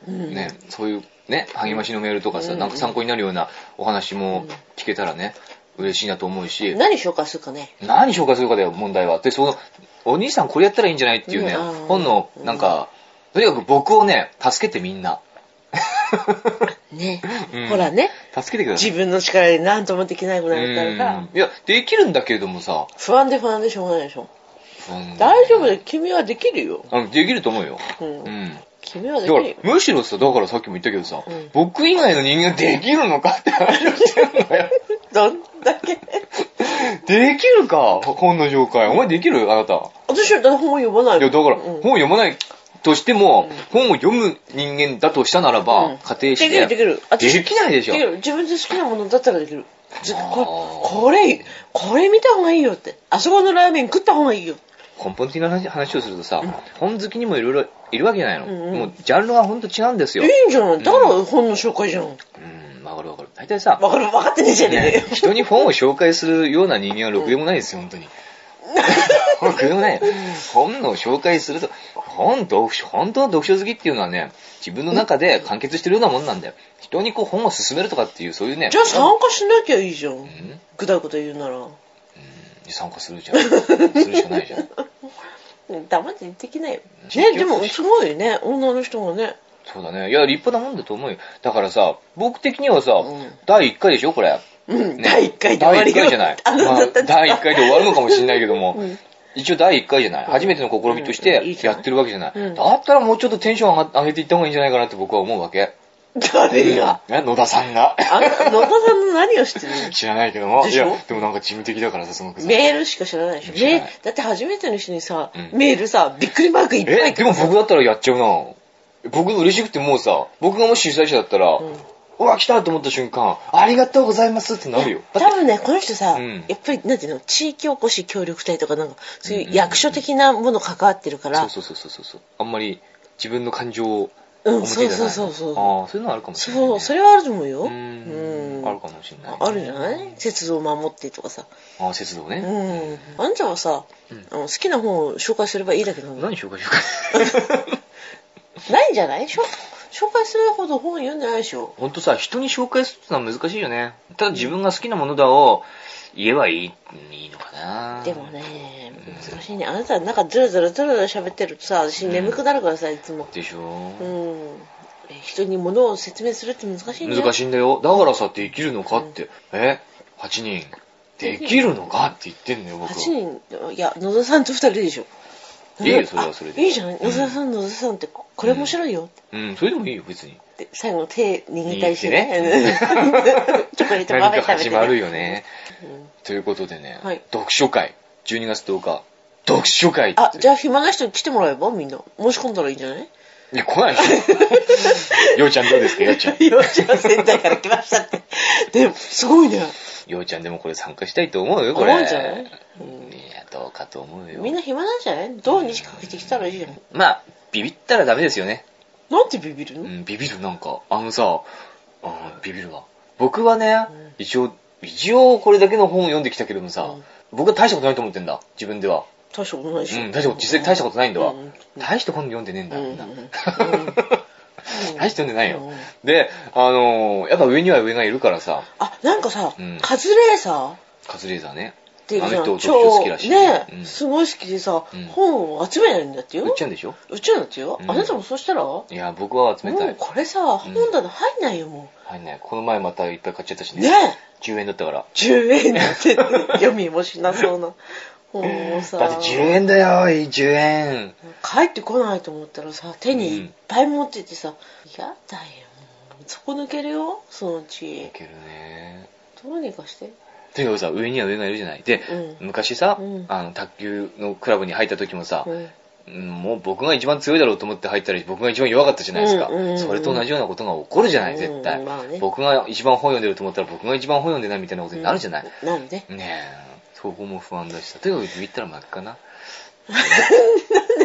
Speaker 2: うん
Speaker 1: ね、そういうね、励ましのメールとかさ、なんか参考になるようなお話も聞けたらね、嬉しいなと思うし、
Speaker 2: 何紹介するかね。
Speaker 1: 何紹介するかだよ、問題は。で、その、お兄さんこれやったらいいんじゃないっていうね、
Speaker 2: うんうん
Speaker 1: 本の、なんか、とにかく僕をね、助けてみんな。
Speaker 2: ね
Speaker 1: うん。
Speaker 2: ほらね。
Speaker 1: 助けてください
Speaker 2: 自。分の力で何ともできないくなるから
Speaker 1: うんいや、できるんだけれどもさ、
Speaker 2: 不安で不安でしょうがないでしょ。
Speaker 1: うん
Speaker 2: 大丈夫だよ。君はできるよ。
Speaker 1: あのできると思うよ。
Speaker 2: う。
Speaker 1: うんん。
Speaker 2: 君は
Speaker 1: だ
Speaker 2: で
Speaker 1: か
Speaker 2: き
Speaker 1: ら
Speaker 2: るよ。、
Speaker 1: むしろさ、だからさっきも言ったけどさ、
Speaker 2: うん
Speaker 1: 僕以外の人間できるのかって話をしてるの よ。
Speaker 2: どんだけ。
Speaker 1: できるか本の紹介。お前できるあなた。
Speaker 2: 私は本読まない
Speaker 1: いや、だから、
Speaker 2: うん
Speaker 1: 本を読まないとしても、本を読む人間だとしたならば、
Speaker 2: うん
Speaker 1: 仮定して。
Speaker 2: できるできる私
Speaker 1: できないでしょ
Speaker 2: でき。る自分で好きなものだったらできる。ず
Speaker 1: あー
Speaker 2: ここれ、これ見た方がいいよって。あそこのラーメン食った方がいいよ。
Speaker 1: 根本的な話話をするとさ、本好きにもいろいろいるわけじゃないの。
Speaker 2: うんうん
Speaker 1: もう、ジャンルがほんと違うんです
Speaker 2: い
Speaker 1: よ。
Speaker 2: いんじゃないだから本の紹介じゃん。
Speaker 1: うん、わかるわかる。大体さ、
Speaker 2: わかる、わかってねえじゃねえ
Speaker 1: ね
Speaker 2: よ。
Speaker 1: 人に本を紹介するような人間はろくでもないですよ、本当に。ろくでもないよ。本を紹介すると、本、読書、本当の読書好きっていうのはね、自分の中で完結してるようなもんなんだよ。人にこう本を勧めるとかっていう、そういうね。
Speaker 2: じゃあ参加しなきゃいいじゃん
Speaker 1: ん
Speaker 2: ぐだぐだ言うなら
Speaker 1: 参加するじゃん。するしかないじゃん。
Speaker 2: 黙って言ってきなよ
Speaker 1: ね
Speaker 2: ねでもすごいね女の人がね
Speaker 1: そうだね。いや、立派なもんだと思うよ。だからさ、僕的にはさ、
Speaker 2: うん
Speaker 1: 第1回でしょ、これ。
Speaker 2: うん、
Speaker 1: ね
Speaker 2: 第1回で終わり
Speaker 1: 第1回
Speaker 2: よ
Speaker 1: じゃない。
Speaker 2: あなたたち
Speaker 1: まあ第1回で終わるのかもしれないけども、
Speaker 2: うん
Speaker 1: 一応第1回じゃない。初めての試みとして
Speaker 2: うんいいじゃ
Speaker 1: や
Speaker 2: ん
Speaker 1: ってるわけじゃない。
Speaker 2: うん
Speaker 1: だったらもうちょっとテンション上が上げていった方がいいんじゃないかなって僕は思うわけ。
Speaker 2: 誰が、
Speaker 1: ね野田さんが。
Speaker 2: あんた野田さんの何を知ってる
Speaker 1: 知らないけども。
Speaker 2: で
Speaker 1: い
Speaker 2: し
Speaker 1: や
Speaker 2: ょ、
Speaker 1: でもなんか事務的だからさ、そのく
Speaker 2: の
Speaker 1: さ。
Speaker 2: メールしか知らないでしょ
Speaker 1: 知らない
Speaker 2: メーだって初めての人にさ、
Speaker 1: うん
Speaker 2: メールさびっくりマークいっぱ
Speaker 1: え、
Speaker 2: い
Speaker 1: でも僕だったらやっちゃうな。僕嬉しくてもうさ、僕がもし主催者だったら、う
Speaker 2: うん
Speaker 1: わ、来たと思った瞬間、ありがとうございますってなるよ。だ
Speaker 2: 多
Speaker 1: って
Speaker 2: 分ね、この人さ、
Speaker 1: うん
Speaker 2: やっぱり、なんていうの、地域おこし協力隊とか、なんか、そう
Speaker 1: うん
Speaker 2: い
Speaker 1: うん
Speaker 2: う役所的なもの関わってるから、
Speaker 1: そうそうそうそうそう。あんまり自分の感情を
Speaker 2: うん
Speaker 1: 表に出さない。
Speaker 2: そうそうそうそう
Speaker 1: ああ、そういうのあるかもしれない、ね。
Speaker 2: そう、それはあると思うよ。
Speaker 1: うーんあるかもしれない、
Speaker 2: あるじゃない節度を守ってとかさ。
Speaker 1: ああ、節度
Speaker 2: う
Speaker 1: ね。
Speaker 2: ん。あんちゃんはさ、
Speaker 1: うん
Speaker 2: あの好きな本を紹介すればいいだけなの
Speaker 1: 何紹介しようか。
Speaker 2: ないんじゃないしょ紹介するほど本読んでないでしょ。
Speaker 1: ほんとさ、人に紹介するってのは難しいよね。ただ自分が好きなものだを言えばいい、いいのかな。
Speaker 2: でも。ね、難しいね。あなたなんかずらずらずらずら喋ってるとさ、私眠くなるからさ、いつも。
Speaker 1: でしょ、
Speaker 2: うん。人に物を説明するって難しいね。
Speaker 1: 難しいんだよ。だからさ、できるのかって。え ?8 人。できるのかって言ってんのよ、僕。
Speaker 2: 8人いや野田さんと2人でしょ
Speaker 1: いいよそれはそれで
Speaker 2: あいいじゃない
Speaker 1: うん
Speaker 2: 野田さん、野田さんってここれ面白いよっ
Speaker 1: うん、それでもいいよ、別に。
Speaker 2: て最後手握ったりして
Speaker 1: 握
Speaker 2: ね チョコレート
Speaker 1: 何
Speaker 2: ばか
Speaker 1: か始
Speaker 2: り食べて
Speaker 1: まるよね。
Speaker 2: うん
Speaker 1: ということでね、
Speaker 2: はい
Speaker 1: 読書会、12月10日、読書会って。
Speaker 2: あじゃあ暇な人に来てもらえばみんな申し込んだらいいんじゃない
Speaker 1: いや、来ないよ。 ようちゃんどうですか、ようちゃん。
Speaker 2: 幼稚園仙台から来ましたってですごいね
Speaker 1: ようちゃんでもこれ参加したいと思うよ、これ。
Speaker 2: 思うんじゃない、うん
Speaker 1: いや、どうかと思うよ。
Speaker 2: みんな暇なんじゃない土日かけてきたらいいじゃない
Speaker 1: まあ、ビビったらダメですよね。
Speaker 2: なんてビビるの、
Speaker 1: うん、ビビる、なんか。あのさ、あービビるわ。僕はね、
Speaker 2: うん
Speaker 1: 一応、一応これだけの本を読んできたけどもさ、
Speaker 2: うん
Speaker 1: 僕は大したことないと思ってんだ、自分では。
Speaker 2: 大したことないでし
Speaker 1: う
Speaker 2: ょ、
Speaker 1: ん、大したこと、実際大したことないんだわ。
Speaker 2: うんうん
Speaker 1: 大した本読んでねえんだ、みんな。
Speaker 2: うんうんうん
Speaker 1: 大した読んでないよ。
Speaker 2: うん
Speaker 1: で、あのーやっぱ上には上がいるからさ、
Speaker 2: あなんかさ、
Speaker 1: うん
Speaker 2: カズレーザー
Speaker 1: カズレーザーね。
Speaker 2: っていうじ
Speaker 1: あ
Speaker 2: ゃ
Speaker 1: の人
Speaker 2: ん
Speaker 1: 読書好きらしいね
Speaker 2: ね、
Speaker 1: うん
Speaker 2: すごい好きでさ、
Speaker 1: うん
Speaker 2: 本を集めないんだってよ
Speaker 1: 売っちゃうんでしょ
Speaker 2: うちなんだってよ、
Speaker 1: うん
Speaker 2: あなたもそうしたらも
Speaker 1: いや、僕は集めた
Speaker 2: う
Speaker 1: い。
Speaker 2: これさ、本棚入んないよも
Speaker 1: はいね、この前またいっぱい買っちゃったし
Speaker 2: う
Speaker 1: ね。
Speaker 2: ね
Speaker 1: 10円だったから。
Speaker 2: 10円なんて読みもしなそうな本をさ
Speaker 1: だって10円だよ、10円。
Speaker 2: 帰ってこないと思ったらさ手にいっぱい持っててさ、やだよもうそこ抜けるよそのう
Speaker 1: い
Speaker 2: ち
Speaker 1: けるね。
Speaker 2: どうにかして
Speaker 1: とにかくさ、上には上がいるじゃない。で、
Speaker 2: うん
Speaker 1: 昔さ、
Speaker 2: うん
Speaker 1: あの、卓球のクラブに入った時もさ
Speaker 2: う、ん
Speaker 1: うんもう僕が一番強いだろうと思って入ったり、僕が一番弱かったじゃないですか。
Speaker 2: うんうんうん
Speaker 1: それと同じようなことが起こるじゃない、絶対。
Speaker 2: うんまあね
Speaker 1: 僕が一番本読んでると思ったら、僕が一番本読んでないみたいなことになるじゃない。
Speaker 2: なるね
Speaker 1: ねえ、そこも不安だしさ。とにかくビビったら負けかな。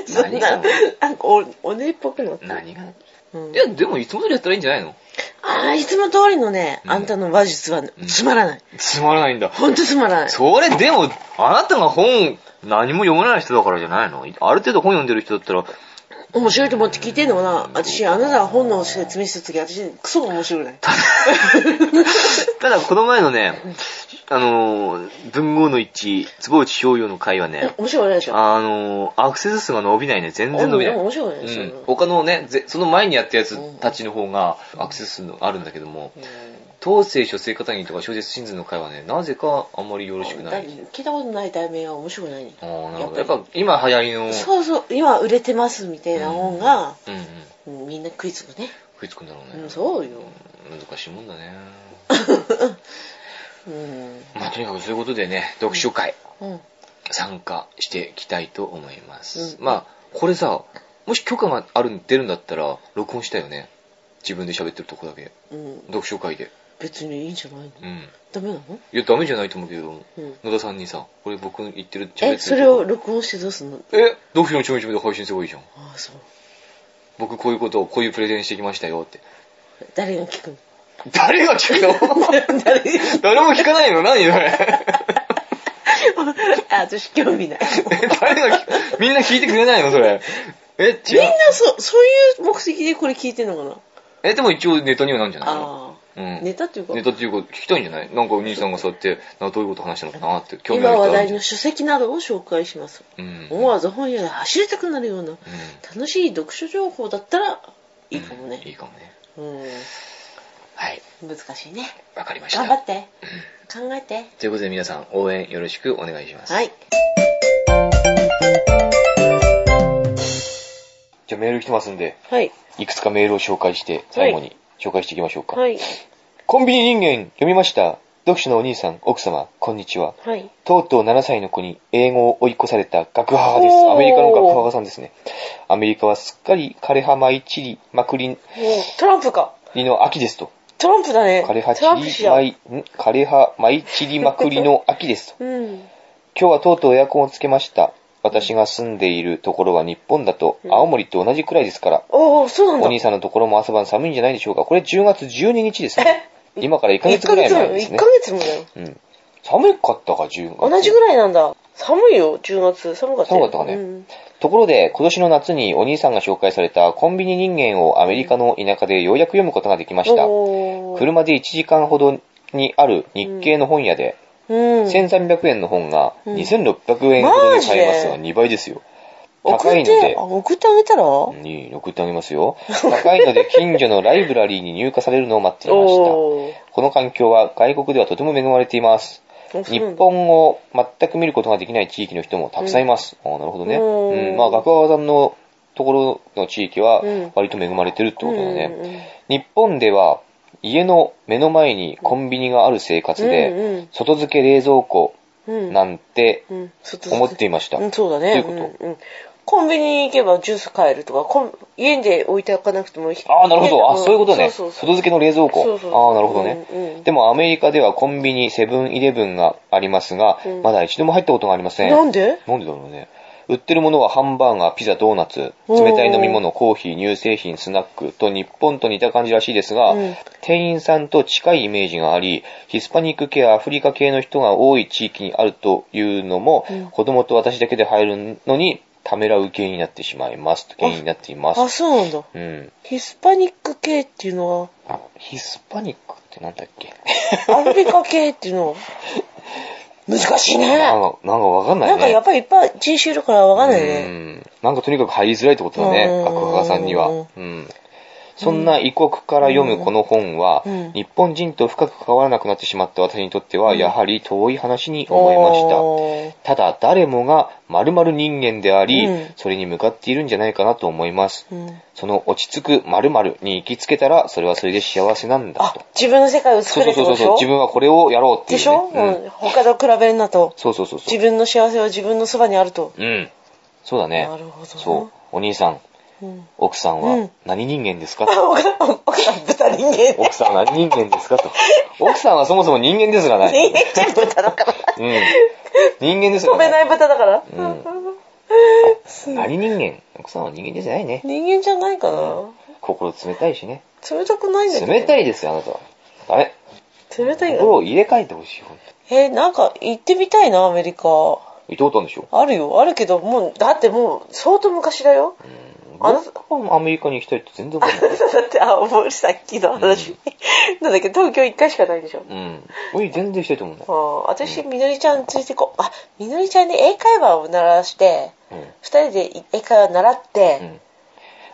Speaker 2: そん な
Speaker 1: 何が
Speaker 2: なんかおおねっぽくなってる
Speaker 1: 何がい
Speaker 2: うん
Speaker 1: や、でもいつも通りやったらいいんじゃないの
Speaker 2: ああ、いつも通りのね、
Speaker 1: うん
Speaker 2: あんたの話術はね
Speaker 1: うん
Speaker 2: つまらない。
Speaker 1: つまらないんだ。
Speaker 2: ほんとつまらない。
Speaker 1: それでも、あなたが本、何も読まない人だからじゃないのある程度本読んでる人だったら、
Speaker 2: 面白いと思って聞いてんのかな私、あなたが本の説明した時、私、クソ面白 いね。
Speaker 1: ただこの前のね、あのー、文豪の一、坪内商用の会はね、
Speaker 2: 面白いでしょ。
Speaker 1: あのー、アクセス数が伸びないね。全然伸びない。
Speaker 2: あ面白いね
Speaker 1: う
Speaker 2: それ
Speaker 1: ん。他のね、ぜその前にやったやつたちの方が、アクセス数のあるんだけども、当世書生方にとか小説真図の会はね、なぜかあんまりよろしくな
Speaker 2: だ
Speaker 1: い。
Speaker 2: 聞いたことない題名は面白くないね。
Speaker 1: あーなるほど。や
Speaker 2: や
Speaker 1: っ
Speaker 2: っ
Speaker 1: ぱ今流行りの、
Speaker 2: そうそう、今売れてますみたいな本が、
Speaker 1: うんうん。
Speaker 2: うんみんな食いつくね。
Speaker 1: 食いつくんだろう
Speaker 2: う
Speaker 1: ね。
Speaker 2: ん、そうよ。
Speaker 1: 難しいもんだね。
Speaker 2: うん。
Speaker 1: まあとにかくそういうことでね、読書会
Speaker 2: うん。
Speaker 1: 参加していきたいと思います。
Speaker 2: うん
Speaker 1: まあ、これさ、もし許可がある、出るんだったら、録音したよね。自分で喋ってるとこだけ。
Speaker 2: うん。
Speaker 1: 読書会で。
Speaker 2: 別にいいんじゃないの
Speaker 1: うん。
Speaker 2: ダメなの
Speaker 1: いや、ダメじゃないと思うけど、
Speaker 2: うん。
Speaker 1: 野田さんにさ、これ僕の言ってる、
Speaker 2: え、それを。録音してどうすんの
Speaker 1: え、読書のちょめちょめで配信すればいいじゃん。
Speaker 2: ああ、そう。
Speaker 1: 僕こういうことを、こういうプレゼンしてきましたよって。
Speaker 2: 誰が聞くの
Speaker 1: 誰が聞くの
Speaker 2: 誰が聞くの
Speaker 1: 誰も聞かないの何それ。
Speaker 2: あ、私興味ない。
Speaker 1: 誰が聞く、みんな聞いてくれないのそれ。え、違う。
Speaker 2: みんなそ、そういう目的でこれ聞いてんのかな
Speaker 1: え、でも一応ネタにはなんじゃないの
Speaker 2: あ
Speaker 1: うん
Speaker 2: あ。。ネタっていうか、
Speaker 1: ネタっていうか聞きたいんじゃないなんかお兄さんがそうやって、などういうこと話したのかなって興味
Speaker 2: 今
Speaker 1: ある人
Speaker 2: 話
Speaker 1: はある
Speaker 2: 題
Speaker 1: じゃん
Speaker 2: の書籍などを紹介します。
Speaker 1: うん。
Speaker 2: 思わず本屋で走りたくなるような楽しい読書情報だったらいいかも
Speaker 1: うんい
Speaker 2: ね。
Speaker 1: いかもね。
Speaker 2: うん。
Speaker 1: はい。
Speaker 2: 難しいね。
Speaker 1: わかりまし
Speaker 2: 頑張
Speaker 1: た。
Speaker 2: って。考えて。
Speaker 1: ということで皆さん応援よろしくお願いします。
Speaker 2: はい。
Speaker 1: じゃあメール来てますんで、
Speaker 2: はい。
Speaker 1: いくつかメールを紹介して、最後に紹介していきましょうか。
Speaker 2: はい。
Speaker 1: コンビニ人間読みました。読書のお兄さん、奥様、こんにちは。
Speaker 2: はい。
Speaker 1: とうとう7歳の子に英語を追い越された学派です。
Speaker 2: おー
Speaker 1: アメリカの学派さんですね。アメリカはすっかり枯葉舞い散りまくり
Speaker 2: もう、トランプか。
Speaker 1: の秋ですと。
Speaker 2: トランプだね。
Speaker 1: 枯葉
Speaker 2: トランプ
Speaker 1: 散
Speaker 2: 氏
Speaker 1: り
Speaker 2: だ
Speaker 1: 舞い、。ん枯葉舞い散りまくりの秋です と。
Speaker 2: うん。
Speaker 1: 今日はとうとうエアコンをつけました。私が住んでいるところは日本だと青森と同じくらいですから、
Speaker 2: おー、そうなんだ。
Speaker 1: お兄さんのところも朝晩寒いんじゃないでしょうか。これ10月12日ですね。今から1ヶ月ぐらい前です
Speaker 2: 1
Speaker 1: ね
Speaker 2: ヶ。月もだよ。
Speaker 1: うん、寒かったか、10月。
Speaker 2: 同じぐらいなんだ。寒いよ、10月。寒かったよ。
Speaker 1: 寒かったかね
Speaker 2: うん
Speaker 1: ところで、今年の夏にお兄さんが紹介されたコンビニ人間をアメリカの田舎でようやく読むことができました。
Speaker 2: おー
Speaker 1: 車で1時間ほどにある日系の本屋で、
Speaker 2: うん。
Speaker 1: 1300円の本が
Speaker 2: うん
Speaker 1: 2600円ほどで買えますが、
Speaker 2: マジ
Speaker 1: 2倍ですよ。
Speaker 2: 送っ
Speaker 1: 高いの
Speaker 2: て
Speaker 1: で
Speaker 2: あ、送ってあげたらお
Speaker 1: に送ってあげますよ。高いので近所のライブラリーに入荷されるのを待ってい ました。
Speaker 2: ー
Speaker 1: この環境は外国ではとても恵まれています。
Speaker 2: あそう
Speaker 1: 日
Speaker 2: なんだ
Speaker 1: 本を全く見ることができない地域の人もたくさんいます。ああなるほどね。
Speaker 2: うん
Speaker 1: うん、まあ、学川さんのところの地域は
Speaker 2: うん
Speaker 1: 割と恵まれてるってことだね。
Speaker 2: うんうんうん
Speaker 1: 日本では家の目の前にコンビニがある生活で、
Speaker 2: うん
Speaker 1: 外付け冷蔵庫
Speaker 2: うんうん
Speaker 1: なんて
Speaker 2: うん外
Speaker 1: 思っていました。
Speaker 2: うん、そうだね。
Speaker 1: どういうこと
Speaker 2: んんコンビニに行けばジュース買えるとか、コン家で置いておかなくてもいい。
Speaker 1: ああ、なるほど。あ
Speaker 2: ん
Speaker 1: そういうことね。
Speaker 2: そうそうそう
Speaker 1: 外付けの冷蔵庫。
Speaker 2: そうそうそう
Speaker 1: ああ、なるほどね。
Speaker 2: うんうん
Speaker 1: でもアメリカではコンビニ、セブンイレブンがありますが、
Speaker 2: うん
Speaker 1: まだ一度も入ったことがありません。
Speaker 2: なんで
Speaker 1: なんでだろうね。売ってるものはハンバーガー、ピザ、ドーナツ、冷たい飲み物、コーヒー、乳製品、スナックと日本と似た感じらしいですが、
Speaker 2: うん
Speaker 1: 店員さんと近いイメージがあり、ヒスパニック系、アフリカ系の人が多い地域にあるというのも、
Speaker 2: うん
Speaker 1: 子供と私だけで入るのに、ためらう原因になってしまいます。原因になっていま
Speaker 2: あ、
Speaker 1: す。
Speaker 2: そうなんだ。
Speaker 1: うん。
Speaker 2: ヒスパニック系ってい うの
Speaker 1: ヒスパニックってなんだっけ
Speaker 2: は、アフリカ系っていうのは、難しい
Speaker 1: なん
Speaker 2: ね。
Speaker 1: か、なんかわかんないね。
Speaker 2: なんかやっぱりいっぱい人種いるからわかんないね。
Speaker 1: うん。なんかとにかく入りづらいってことだね、
Speaker 2: うん
Speaker 1: 学派さんには。
Speaker 2: うん
Speaker 1: うん。そんな異国から読むこの本は、
Speaker 2: うん
Speaker 1: 日本人と深く関わらなくなってしまった私にとっては、やはり遠い話に思いました。
Speaker 2: した。
Speaker 1: ただ誰もが〇〇人間であり、
Speaker 2: うん
Speaker 1: それに向かっているんじゃないかなと思います。
Speaker 2: うん
Speaker 1: その落ち着く〇〇に行きつけたら、それはそれで幸せなんだ
Speaker 2: あ
Speaker 1: と。、
Speaker 2: 自分の世界を
Speaker 1: そ
Speaker 2: 作
Speaker 1: うそ
Speaker 2: れ
Speaker 1: うそ
Speaker 2: ってこ
Speaker 1: うそう、
Speaker 2: と
Speaker 1: 自分はこれをやろうっていう、ね。
Speaker 2: でしょ
Speaker 1: うん
Speaker 2: うん他と比べるなと。
Speaker 1: そうそうそうそう
Speaker 2: 自。分の幸せは自分のそばにあると。
Speaker 1: うん。そうだね。
Speaker 2: なるほどな
Speaker 1: そう。お兄さん、
Speaker 2: うん。
Speaker 1: 奥さん
Speaker 2: う
Speaker 1: は
Speaker 2: ん
Speaker 1: 何人間ですか、
Speaker 2: 奥さん、奥さん、豚人間ね。
Speaker 1: 奥さんは何人間ですかと。奥さんはそもそも人間ですらない。
Speaker 2: 人間っちゃ豚だから。
Speaker 1: うん。人間ですら
Speaker 2: 飛べ
Speaker 1: な。
Speaker 2: ない い豚だから。
Speaker 1: うん
Speaker 2: す
Speaker 1: 何人間奥さんは人間じゃないね。
Speaker 2: 人間じゃないかな。
Speaker 1: 心冷たいしね。
Speaker 2: 冷たくないんだけど。
Speaker 1: 冷たいですよ、あなたは。ダメ。
Speaker 2: い。冷たい
Speaker 1: 心
Speaker 2: よ。
Speaker 1: を入れ替えてほしいよ。
Speaker 2: え、なんか行ってみたいな、アメリカ。
Speaker 1: 伊藤たんでしょ
Speaker 2: あるよ、あるけど、もう、だってもう、相当昔だよ。 あなた
Speaker 1: 僕はアメリカに行きたいって全然思わない。
Speaker 2: だって、あ、思いさっきの話。なんだっけ、東京一回しかないでしょ。
Speaker 1: うん。俺全然行きたいと思うね
Speaker 2: あ。ー私、みのりちゃん連れてこう。あ、みのりちゃんに英会話を習わして、
Speaker 1: うん。
Speaker 2: 二人で英会話習って、
Speaker 1: うん。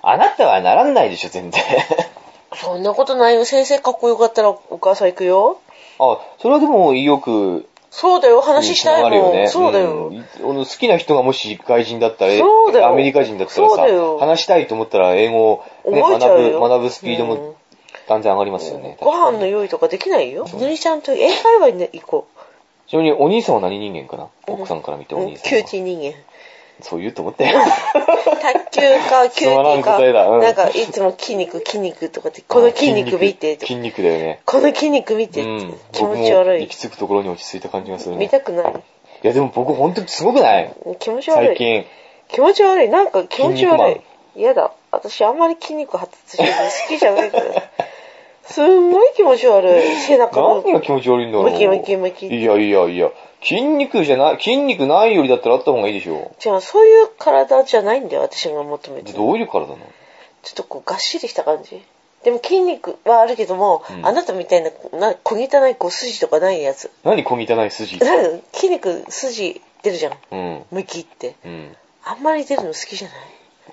Speaker 1: あなたはならないでしょ、全然。
Speaker 2: そんなことないよ。先生かっこよかったらお母さん行くよ。
Speaker 1: あ、それはでも意欲
Speaker 2: そうだよ。話したいもん。
Speaker 1: あるよね。
Speaker 2: そうだよ。
Speaker 1: うんあの好きな人がもし外人だったら、
Speaker 2: そうだよ
Speaker 1: アメリカ人だったら
Speaker 2: そうだ
Speaker 1: さ
Speaker 2: よ、
Speaker 1: 話したいと思ったら英語を、ね、
Speaker 2: 覚えちゃ
Speaker 1: 学
Speaker 2: う
Speaker 1: ぶ、
Speaker 2: よ
Speaker 1: 学ぶスピードもだんだん上がりますよね。
Speaker 2: ご飯の用意とかできないよ。みのりちゃんと英会話に行こ
Speaker 1: ちなみにお兄さんは何人間かな
Speaker 2: うん
Speaker 1: 奥さんから見て
Speaker 2: う。
Speaker 1: お
Speaker 2: うん
Speaker 1: 兄さんは。
Speaker 2: キューティー人間。
Speaker 1: そう言うと思ったよ。
Speaker 2: 卓球か、キュー
Speaker 1: つまら
Speaker 2: ティ
Speaker 1: ん
Speaker 2: ーか、
Speaker 1: 答えだうん
Speaker 2: なんかいつも筋肉、筋肉とかって、 この筋肉見てと
Speaker 1: 筋
Speaker 2: か、
Speaker 1: 肉だよね。
Speaker 2: この筋肉見
Speaker 1: う
Speaker 2: てって
Speaker 1: ん。
Speaker 2: 気
Speaker 1: 僕も
Speaker 2: 持ち悪
Speaker 1: 行
Speaker 2: い
Speaker 1: き。着くところに落ち着いた感じがする
Speaker 2: 見
Speaker 1: ね。
Speaker 2: たくない。
Speaker 1: いやでも僕本当にすごくない
Speaker 2: 気持ち悪
Speaker 1: 最
Speaker 2: い。
Speaker 1: 近。
Speaker 2: 気持ち悪い。なんか気持ち
Speaker 1: 筋肉マン
Speaker 2: 悪 い。嫌だ。私あんまり筋肉発達してるの好きじゃないから。すすんごい気持ち悪い。背中が。
Speaker 1: 何が気持ち悪いんだろう
Speaker 2: ムキムキムキ
Speaker 1: いやいやいや、筋肉じゃない、筋肉ないよりだったらあった方がいいでしょ。
Speaker 2: 違う、そういう体じゃないんだよ、私が求め
Speaker 1: で
Speaker 2: てる。
Speaker 1: どういう体なの
Speaker 2: ちょっとこう、がっしりした感じ。でも筋肉はあるけども、
Speaker 1: うん
Speaker 2: あなたみたいな、な小汚いこう筋とかないやつ。
Speaker 1: 何小汚い筋って
Speaker 2: な。んか筋肉、筋出るじゃん。
Speaker 1: うん。
Speaker 2: ムキって。
Speaker 1: うん。
Speaker 2: あんまり出るの好きじゃない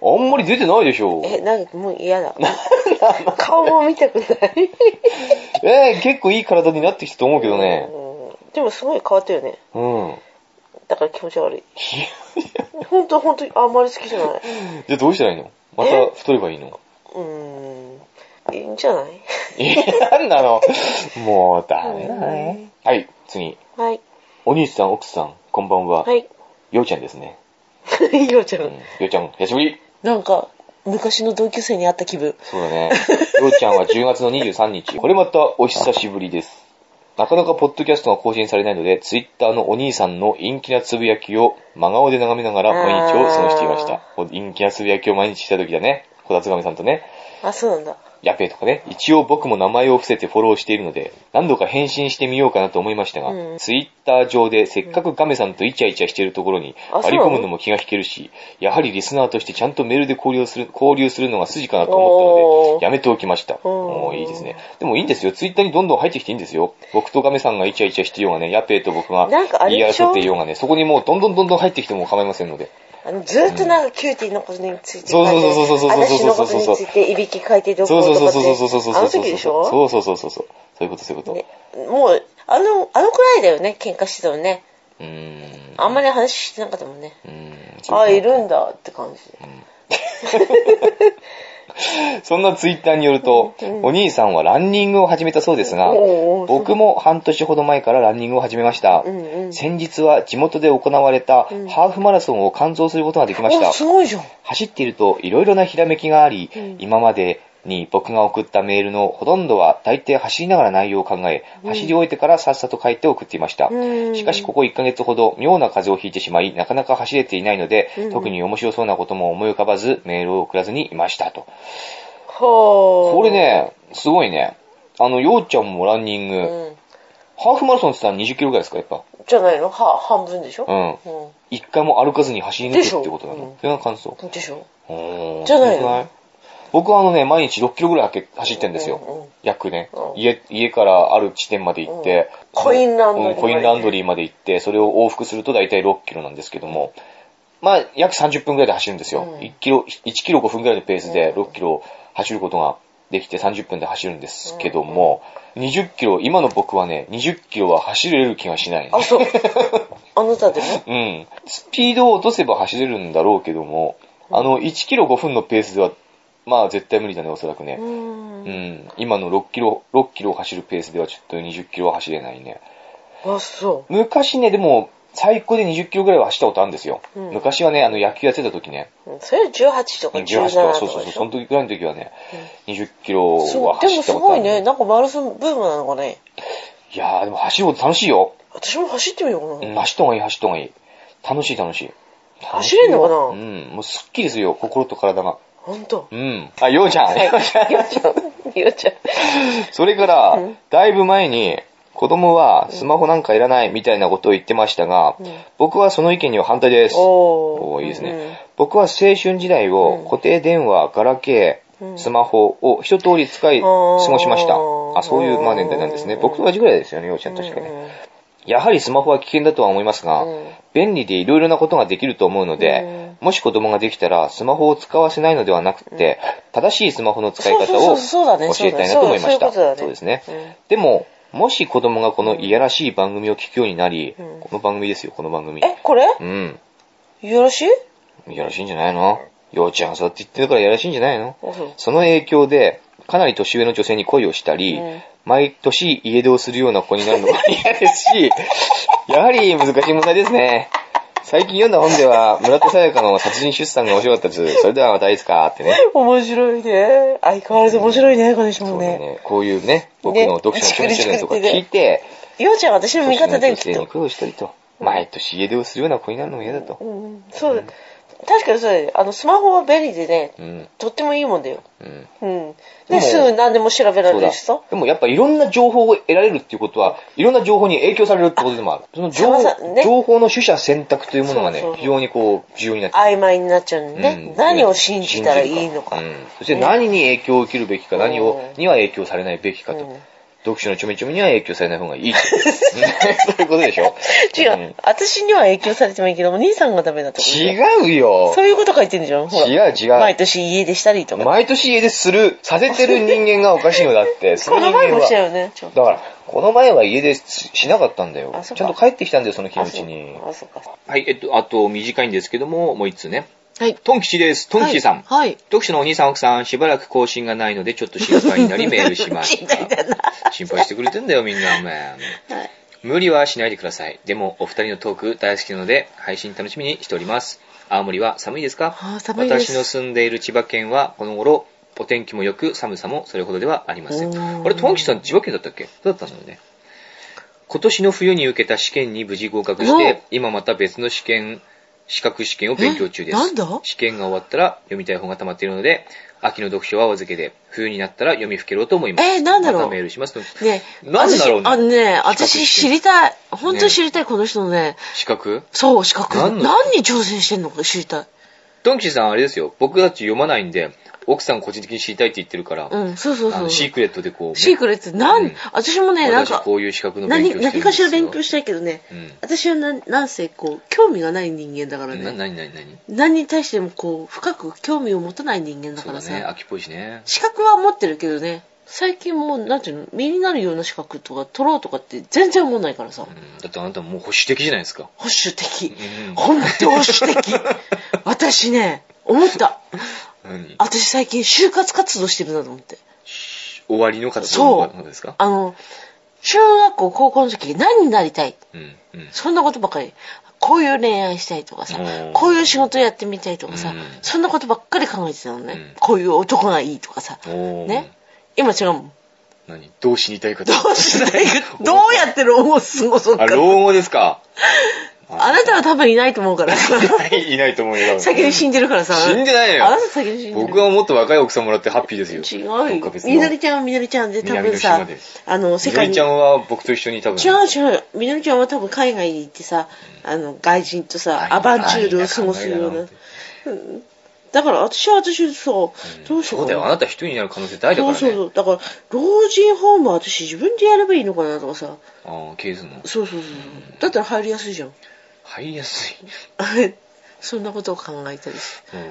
Speaker 1: あんまり出てないでしょ。
Speaker 2: え、なんかもう嫌だ。顔も見たくない。
Speaker 1: えー結構いい体になってきたと思うけどね。
Speaker 2: うんでもすごい変わったよね。
Speaker 1: うん。
Speaker 2: だから気持ち悪い。ほんとほんと、あんまり好きじゃない。
Speaker 1: じゃあどうしたらいいのまた太ればいいの
Speaker 2: うーん。いいんじゃない
Speaker 1: いや、なんなの もうダメだね。はい、次。
Speaker 2: はい。
Speaker 1: お兄さん、奥さん、こんばんは。
Speaker 2: はい。
Speaker 1: ようちゃんですね。
Speaker 2: いいよちゃん
Speaker 1: うん。ようちゃん、久しぶり
Speaker 2: なんか、昔の同級生に会った気分。
Speaker 1: そうだね。ようちゃんは10月の23日。これまたお久しぶりです。なかなかポッドキャストが更新されないので、ツイッターのお兄さんの陰気なつぶやきを真顔で眺めながら毎日を過ごしていました。陰気なつぶやきを毎日した時だね。こたつがみさんとね。
Speaker 2: あ、そうなんだ。
Speaker 1: やべえとかね。一応僕も名前を伏せてフォローしているので、何度か返信してみようかなと思いましたが、
Speaker 2: うん
Speaker 1: ツイッター上でせっかくガメさんとイチャイチャしているところに
Speaker 2: あそう
Speaker 1: 割り込むのも気が引けるし、やはりリスナーとしてちゃんとメールで交流する、交流するのが筋かなと思ったの
Speaker 2: おー
Speaker 1: で、やめておきました。
Speaker 2: うん
Speaker 1: もういいですね。でもいいんですよ。ツイッターにどんどん入ってきていいんですよ。僕とガメさんがイチャイチャしてようがね、やべえと僕が
Speaker 2: なんかあ
Speaker 1: 言い
Speaker 2: れでし
Speaker 1: 争
Speaker 2: ょ
Speaker 1: っていようがね、そこにもうどんどんどんどん入ってきても構いませんので。
Speaker 2: あの、ずーっとなんかキューティーのことについて書
Speaker 1: そ
Speaker 2: いて、
Speaker 1: うそうそうそうそうそう
Speaker 2: 私のことについていびき書いてどうこうとかって。
Speaker 1: そうそうそうそうそう
Speaker 2: あ
Speaker 1: そうそ
Speaker 2: の
Speaker 1: う
Speaker 2: 時でしょ
Speaker 1: そうそうそうそうそう。そういうことそういうこと。
Speaker 2: ねもう、あの、あのくらいだよね、喧嘩してたのね。
Speaker 1: うーん。
Speaker 2: あんまり話してなかったもんね。
Speaker 1: うーんそう
Speaker 2: あ、いるんだって感じで。
Speaker 1: そんなツイッターによると、お兄さんはランニングを始めたそうですが、
Speaker 2: おー
Speaker 1: 僕も半年ほど前からランニングを始めました。
Speaker 2: うんうん
Speaker 1: 先日は地元で行われたハーフマラソンを完走することができました
Speaker 2: お、。すごいじゃん。
Speaker 1: 走っているといろいろなひらめきがあり、
Speaker 2: うん
Speaker 1: 今までに僕が送ったメールのほとんどは大抵走りながら内容を考え、走り終えてからさっさと書いて送っていました。
Speaker 2: うん
Speaker 1: しかしここ1ヶ月ほど妙な風邪をひいてしまい、なかなか走れていないので、
Speaker 2: うん
Speaker 1: 特に面白そうなことも思い浮かばずメールを送らずにいましたと。
Speaker 2: ほー。
Speaker 1: これ。ね、すごいね。あの、ようちゃんもランニング、
Speaker 2: うん。
Speaker 1: ハーフマラソンって言ったら20キロぐらいですか、やっぱ。
Speaker 2: じゃないのは、半分でし
Speaker 1: う
Speaker 2: ょ
Speaker 1: ん。
Speaker 2: うん。
Speaker 1: 一回も歩かずに走り抜くってことな
Speaker 2: でしょう
Speaker 1: の
Speaker 2: ん。
Speaker 1: それが感想。
Speaker 2: でしょ
Speaker 1: おー
Speaker 2: じゃない
Speaker 1: す
Speaker 2: の
Speaker 1: ごく僕はあのね、毎日6キロぐらい走走ってんですよ。
Speaker 2: うんうん
Speaker 1: 約ね、
Speaker 2: うん
Speaker 1: 家。家からある地点まで行って、
Speaker 2: うんコインランドリーまで
Speaker 1: うんコインランドリーまで行って、それを往復すると大体6キロなんですけども、まあ、約30分ぐらいで走るんですよ。
Speaker 2: うん
Speaker 1: 1キロ、1キロ5分ぐらいのペースで6キロ走ることができて30分で走るんですけども、20キロ、今の僕はね、20キロは走れる気がしないね、
Speaker 2: あ、そう。 あなたでも
Speaker 1: うん。スピードを落とせば走れるんだろうけども、あの、1キロ5分のペースでは、まあ絶対無理だね、おそらく
Speaker 2: う。
Speaker 1: ね。 うんん。今の6キロ、6キロを走るペースではちょっと20キロは走れないね。
Speaker 2: あ、そ
Speaker 1: 昔ね、でも、最高で20キロぐらいは走ったことあるんですよ。
Speaker 2: うん
Speaker 1: 昔はね、あの野球やってた時ね、
Speaker 2: う。それ18とか
Speaker 1: 18
Speaker 2: 17
Speaker 1: とか、そ
Speaker 2: と
Speaker 1: うそうそ
Speaker 2: か
Speaker 1: う、
Speaker 2: でし
Speaker 1: その
Speaker 2: ょ
Speaker 1: 時ぐらいの時はね、20キロは
Speaker 2: そう、
Speaker 1: 走
Speaker 2: でも
Speaker 1: ったこ
Speaker 2: す
Speaker 1: とあ
Speaker 2: ご
Speaker 1: る。
Speaker 2: いね。なんかマラソンブームなのかね。
Speaker 1: いやー、でも走ること楽しいよ。
Speaker 2: 私も走ってみよう
Speaker 1: う
Speaker 2: か
Speaker 1: ん
Speaker 2: な。
Speaker 1: 走った方がいい、走った方がいい。楽しい、楽しい。
Speaker 2: 走れんのかな
Speaker 1: うん、もうすっきりするよ、心と体が。
Speaker 2: ほん と。
Speaker 1: うん。あ、ようちゃん。
Speaker 2: はい。ようちゃん。ようちゃん。
Speaker 1: それから、
Speaker 2: うん
Speaker 1: だいぶ前に、子供はスマホなんかいらないみたいなことを言ってましたが、
Speaker 2: うん
Speaker 1: 僕はその意見には反対です。
Speaker 2: おー。
Speaker 1: おーいいですね。僕は青春時代を
Speaker 2: うん
Speaker 1: 固定電話、ガラケ
Speaker 2: う
Speaker 1: ー、
Speaker 2: ん
Speaker 1: スマホを一通り使い過ごしました
Speaker 2: あ。ー
Speaker 1: あ、そういうまあ年代なんですね。
Speaker 2: うん
Speaker 1: 僕と同じぐらいですよね、幼稚園確かね。やはりスマホは危険だとは思いますが、
Speaker 2: うん
Speaker 1: 便利でいろいろなことができると思うので、もし子供ができたらスマホを使わせないのではなくて、正しいスマホの使い方
Speaker 2: そ
Speaker 1: を
Speaker 2: うそうそうそうだね
Speaker 1: 教えたいなと思いました。
Speaker 2: そうだねそういうことだね
Speaker 1: ですね。
Speaker 2: うん
Speaker 1: でも、もし子供がこのいやらしい番組を聞くようになり、
Speaker 2: うん
Speaker 1: この番組ですよ、この番組。
Speaker 2: え、これ
Speaker 1: うん。
Speaker 2: よろしい
Speaker 1: いやらしいんじゃないのようちゃんがそうやって言ってるからいやらしいんじゃないの
Speaker 2: あそう
Speaker 1: その影響で、かなり年上の女性に恋をしたり、
Speaker 2: うん
Speaker 1: 毎年家出をするような子になるのが 嫌ですし、やはり難しい問題ですね。最近読んだ本では、村田沙耶香の殺人出産が面白かったです。それではまたいつかってね。
Speaker 2: 面白いね。相変わらず面白いね、この人
Speaker 1: そ
Speaker 2: も
Speaker 1: うだ
Speaker 2: ね。
Speaker 1: ね。こういうね、僕の読書のチャンネルとか聞いて、
Speaker 2: ようちゃんは私の
Speaker 1: 年
Speaker 2: 味
Speaker 1: 上
Speaker 2: 方
Speaker 1: の
Speaker 2: だよ、
Speaker 1: 女
Speaker 2: き
Speaker 1: 性
Speaker 2: っ
Speaker 1: に
Speaker 2: と。
Speaker 1: 恋をしたりと、毎年家出をするような子になるのが嫌だと。
Speaker 2: うん、そうだ。確かにそうだよね。あの、スマホは便利でね、
Speaker 1: うん。
Speaker 2: とってもいいもんだよ。
Speaker 1: うん。
Speaker 2: うん。
Speaker 1: でも
Speaker 2: で、すぐ何でも調べら
Speaker 1: そう
Speaker 2: れ
Speaker 1: だ
Speaker 2: るしさ。。
Speaker 1: でもやっぱいろんな情報を得られるっていうことは、いろんな情報に影響されるってことでもある。その情
Speaker 2: さまさ
Speaker 1: 報、
Speaker 2: ね
Speaker 1: 情報の取捨選択というものがね
Speaker 2: そうそう
Speaker 1: 非常にこう、重要になってくる
Speaker 2: 曖昧になっちゃうんでね。
Speaker 1: うん
Speaker 2: 何を信じたらいいのか。
Speaker 1: うんそして何に影響を受けるべきか、
Speaker 2: うん
Speaker 1: 何を、には影響されないべきかと。
Speaker 2: うん
Speaker 1: 読書のちょめちょめには影響されない方がい いと。そういうことでしょ
Speaker 2: 違う、
Speaker 1: ん
Speaker 2: 私には影響されてもいいけども、兄さんがダメだとかね。
Speaker 1: 違うよ。
Speaker 2: そういうこと書いてんじゃん。ほら。
Speaker 1: 違う違う
Speaker 2: 毎年家出したりとか。
Speaker 1: 毎年家でする、させてる人間がおかしいのだって。そ
Speaker 2: この前もした
Speaker 1: 人間は
Speaker 2: よね。ちょっ
Speaker 1: だから、この前は家でししなかったんだよ
Speaker 2: あ。
Speaker 1: ち
Speaker 2: そっ
Speaker 1: ゃ
Speaker 2: か
Speaker 1: んと帰ってきたんだよ、その日
Speaker 2: と。
Speaker 1: のう
Speaker 2: あそ
Speaker 1: ち
Speaker 2: う
Speaker 1: に。
Speaker 2: か。あ、そうか。
Speaker 1: はい、えっと、あと短いんですけども、もう一つね。
Speaker 2: はい。
Speaker 1: トン吉です。トン吉さん。
Speaker 2: はい。はい
Speaker 1: 読書のお兄さん奥さん、しばらく更新がないので、ちょっと心配になりメールしま し
Speaker 2: 心配だな
Speaker 1: た。心配してくれてんだよ、みんな、お前。
Speaker 2: はい
Speaker 1: 無理はしないでください。でも、お二人のトーク大好きなので、配信楽しみにしております。青森は寒いですか
Speaker 2: あー寒いです
Speaker 1: 私の住んでいる千葉県は、この頃、お天気も良く、寒さもそれほどではありませ
Speaker 2: お
Speaker 1: ん。
Speaker 2: ー
Speaker 1: あれ、トンキさん千葉県だったっけそうだったんだよね。今年の冬に受けた試験に無事合格して、今また別の試験、資格試験を勉強中です。
Speaker 2: えなんだ
Speaker 1: 試験が終わったら読みたい本が溜まっているので、秋の読書はお預けで、冬になったら読みふけろうと思います。
Speaker 2: えーなんだろう
Speaker 1: またメールしますと。
Speaker 2: ね
Speaker 1: なんだろうね
Speaker 2: 私あの
Speaker 1: 資
Speaker 2: ね、
Speaker 1: 格
Speaker 2: 私
Speaker 1: 試
Speaker 2: 知
Speaker 1: 験
Speaker 2: りたい。本当に知りたい、この人のね。
Speaker 1: 資格
Speaker 2: そう、資格。
Speaker 1: 何
Speaker 2: 何
Speaker 1: の
Speaker 2: に挑戦してんのか知りたい。
Speaker 1: ドンキさんあれですよ、僕たち読まないんで、奥さん個人的に知りたいって言ってるから、
Speaker 2: うん、そうそう
Speaker 1: あ
Speaker 2: そ
Speaker 1: の
Speaker 2: う。
Speaker 1: シークレットでこう、
Speaker 2: シークレット、なん、
Speaker 1: うん
Speaker 2: 私もね、なん
Speaker 1: 私
Speaker 2: か、
Speaker 1: こういう資格の勉強して
Speaker 2: 何、
Speaker 1: るんですよ。
Speaker 2: 何かしら勉強したいけどね、
Speaker 1: うん
Speaker 2: 私はな、なんせ、こう、興味がない人間だか
Speaker 1: な、
Speaker 2: らね。
Speaker 1: なになになに
Speaker 2: 何に対しても、こう、深く興味を持たない人間だ
Speaker 1: そ
Speaker 2: か
Speaker 1: うだ
Speaker 2: らさ、
Speaker 1: ね、秋っぽいしね。
Speaker 2: 資格は持ってるけどね、最近もう、なんていうの、身になるような資格とか取ろうとかって全然思わないからさ、
Speaker 1: うんだってあなたもう保守的じゃないですか。
Speaker 2: 保守的。
Speaker 1: うん
Speaker 2: 本当保守 的。私ね、思った。
Speaker 1: 何
Speaker 2: 私最近就活活動してるなと思って。
Speaker 1: 終わりの活動のことですか
Speaker 2: あの、中学校、高校の時、何になりたい
Speaker 1: うん、うん。
Speaker 2: そんなことばっかり。こういう恋愛したいとかさ
Speaker 1: うん、
Speaker 2: こういう仕事やってみたいとかさ、
Speaker 1: うん
Speaker 2: そんなことばっかり考えてたのね。
Speaker 1: うん
Speaker 2: こういう男がいいとかさ。
Speaker 1: おー
Speaker 2: ね。今違うもん。
Speaker 1: 何どう死にたいかと
Speaker 2: どうしたいか、 どうやって老後を過ごそうか
Speaker 1: あ、。老後ですか。
Speaker 2: あなたは多分いないと思うから。
Speaker 1: いないと思うよ。
Speaker 2: 先に死んでるからさ。
Speaker 1: 死んでないよ
Speaker 2: あなた先に死んでる。
Speaker 1: 僕はもっと若い奥さんもらってハッピーですよ。
Speaker 2: 違
Speaker 1: ど
Speaker 2: う
Speaker 1: っか
Speaker 2: よ。
Speaker 1: 別の
Speaker 2: みのりちゃんはみのりちゃんで多
Speaker 1: 南
Speaker 2: 分
Speaker 1: の島
Speaker 2: さ
Speaker 1: で、
Speaker 2: あの、世
Speaker 1: みの
Speaker 2: 界
Speaker 1: り
Speaker 2: に。
Speaker 1: ちゃんは僕と一緒に多分。
Speaker 2: 違う違う。みのりちゃんは多分海外に行ってさ、あの、外人とさ、アバンチュールを過ごすような。だから私は私さ、どうしよ
Speaker 1: そうう
Speaker 2: か
Speaker 1: だ
Speaker 2: な
Speaker 1: よ、あなた一人になる可能性大だからね。
Speaker 2: そうそうそう。だから、老人ホームは私自分でやればいいのかなとかさ。
Speaker 1: ああ、経営するの。
Speaker 2: そうそうそうそう。だったら入りやすいじゃん。
Speaker 1: 入りやすい。
Speaker 2: そんなことを考えたりし
Speaker 1: なる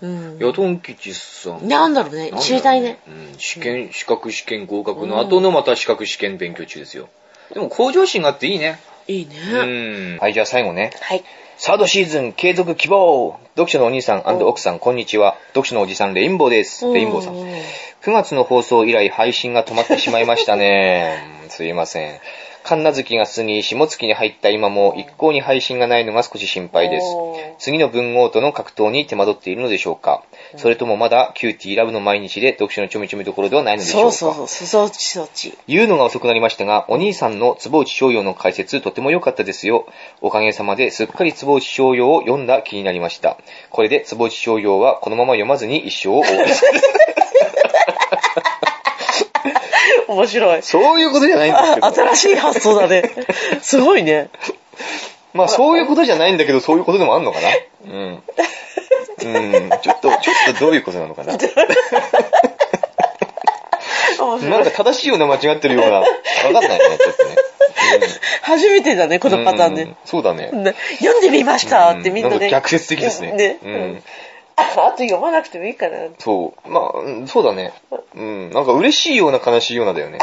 Speaker 1: ほど
Speaker 2: う
Speaker 1: ね。
Speaker 2: ん。
Speaker 1: ヤトン吉さん。なんだ
Speaker 2: なんだろうね。
Speaker 1: ろう
Speaker 2: 知りたいね。。
Speaker 1: うん、試験、資格試験合格の後のまた資格試験勉強中ですよ。でも向上心があっていいね。
Speaker 2: いいうね。
Speaker 1: ん。はい、じゃあ最後ね。
Speaker 2: はい。
Speaker 1: サードシーズン継続希望読書のお兄さん奥さん、こんにちは。読書のおじさん、レインボーです。レインボーさん
Speaker 2: う。
Speaker 1: 9月の放送以来配信が止まってしまいましたね。 うんすいません。神奈月が過ぎ、下月に入った今も一向に配信がないのが少し心配です
Speaker 2: おー。
Speaker 1: 次の文豪との格闘に手間取っているのでしょうかそれともまだキューティーラブの毎日で読書のちょみちょみどころではないのでしょう
Speaker 2: そう
Speaker 1: か
Speaker 2: そうそう。そっちそっち。
Speaker 1: 言うのが遅くなりましたが、お兄さんの坪内翔陽の解説、とても良かったですよ。おかげさまですっかり坪内翔陽を読んだ気になりました。これで坪内翔陽はこのまま読まずに一生を終わります。
Speaker 2: 面白 い。
Speaker 1: そういうことじゃないんですけど。
Speaker 2: 新しい発想 だね。すごいね。
Speaker 1: まあそういうことじゃないんだけど、そういうことでもあんのかなうん。うん、ちょっと、ちょっとどういうことなのかな
Speaker 2: 面
Speaker 1: なん
Speaker 2: 白
Speaker 1: か
Speaker 2: い。
Speaker 1: 正しいような間違ってるような。わかんないね、ちょっとね。
Speaker 2: 初めてだね、こ
Speaker 1: う
Speaker 2: の
Speaker 1: ん
Speaker 2: パターン
Speaker 1: う
Speaker 2: ね
Speaker 1: ん。そうだね。
Speaker 2: ね読んでみましたってみんな
Speaker 1: う
Speaker 2: ね。
Speaker 1: 逆説的ですね。
Speaker 2: ね。
Speaker 1: うん。
Speaker 2: ああと読まなくてもいいかな。
Speaker 1: そう。まあうん、そうだね。うん。なんか嬉しいような悲しいようなだ よね。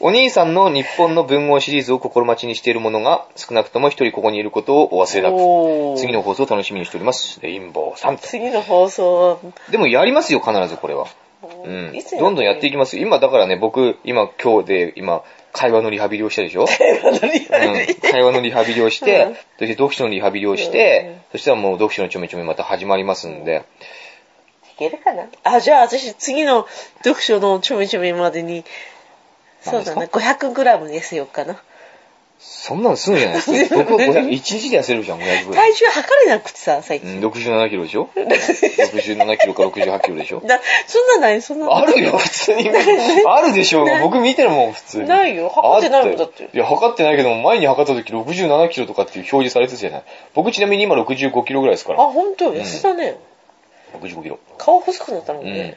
Speaker 1: お兄さんの日本の文豪シリーズを心待ちにしているものが、少なくとも一人ここにいることをお忘れなく。
Speaker 2: おー
Speaker 1: 次の放送を楽しみにしております。レインボーさんと。
Speaker 2: 次の放送
Speaker 1: でもやりますよ、必ずこれは。
Speaker 2: は、
Speaker 1: うん。
Speaker 2: いつ
Speaker 1: どんどんや っていきますよ。今、だからね、僕、今、今日で、今、会話のリハビリをしたでしょうん会話のリハビリをして、
Speaker 2: うん
Speaker 1: そして読書のリハビリをし
Speaker 2: うん
Speaker 1: て、そしたらもう読書のちょめちょめまた始まりますんで、
Speaker 2: いけるかなあ、じゃあ私次の読書のちょめちょめまでに、そうだね、500グラムにせようかな。
Speaker 1: そんなのすぐじゃないで すか。僕は500、1日で痩せるじゃん、500ぐらい。
Speaker 2: 体重測れなくてさ、最
Speaker 1: う
Speaker 2: 近。
Speaker 1: ん、67キロでしょ ?67 キロか68キロでしょ
Speaker 2: なそんなないそんな
Speaker 1: あるよ、普通 に。あるでしょうが、僕見てるもん、普通に。
Speaker 2: ないよ測ってないもん
Speaker 1: あたよ
Speaker 2: だって
Speaker 1: いや、測ってないけども、前に測った時67キロとかっていう表示されてたじゃない。僕ちなみに今65キロぐらいですか
Speaker 2: あ、
Speaker 1: ら。
Speaker 2: 本当痩せたね。
Speaker 1: 65キロ。
Speaker 2: 顔細くなったもん
Speaker 1: うん
Speaker 2: ね。。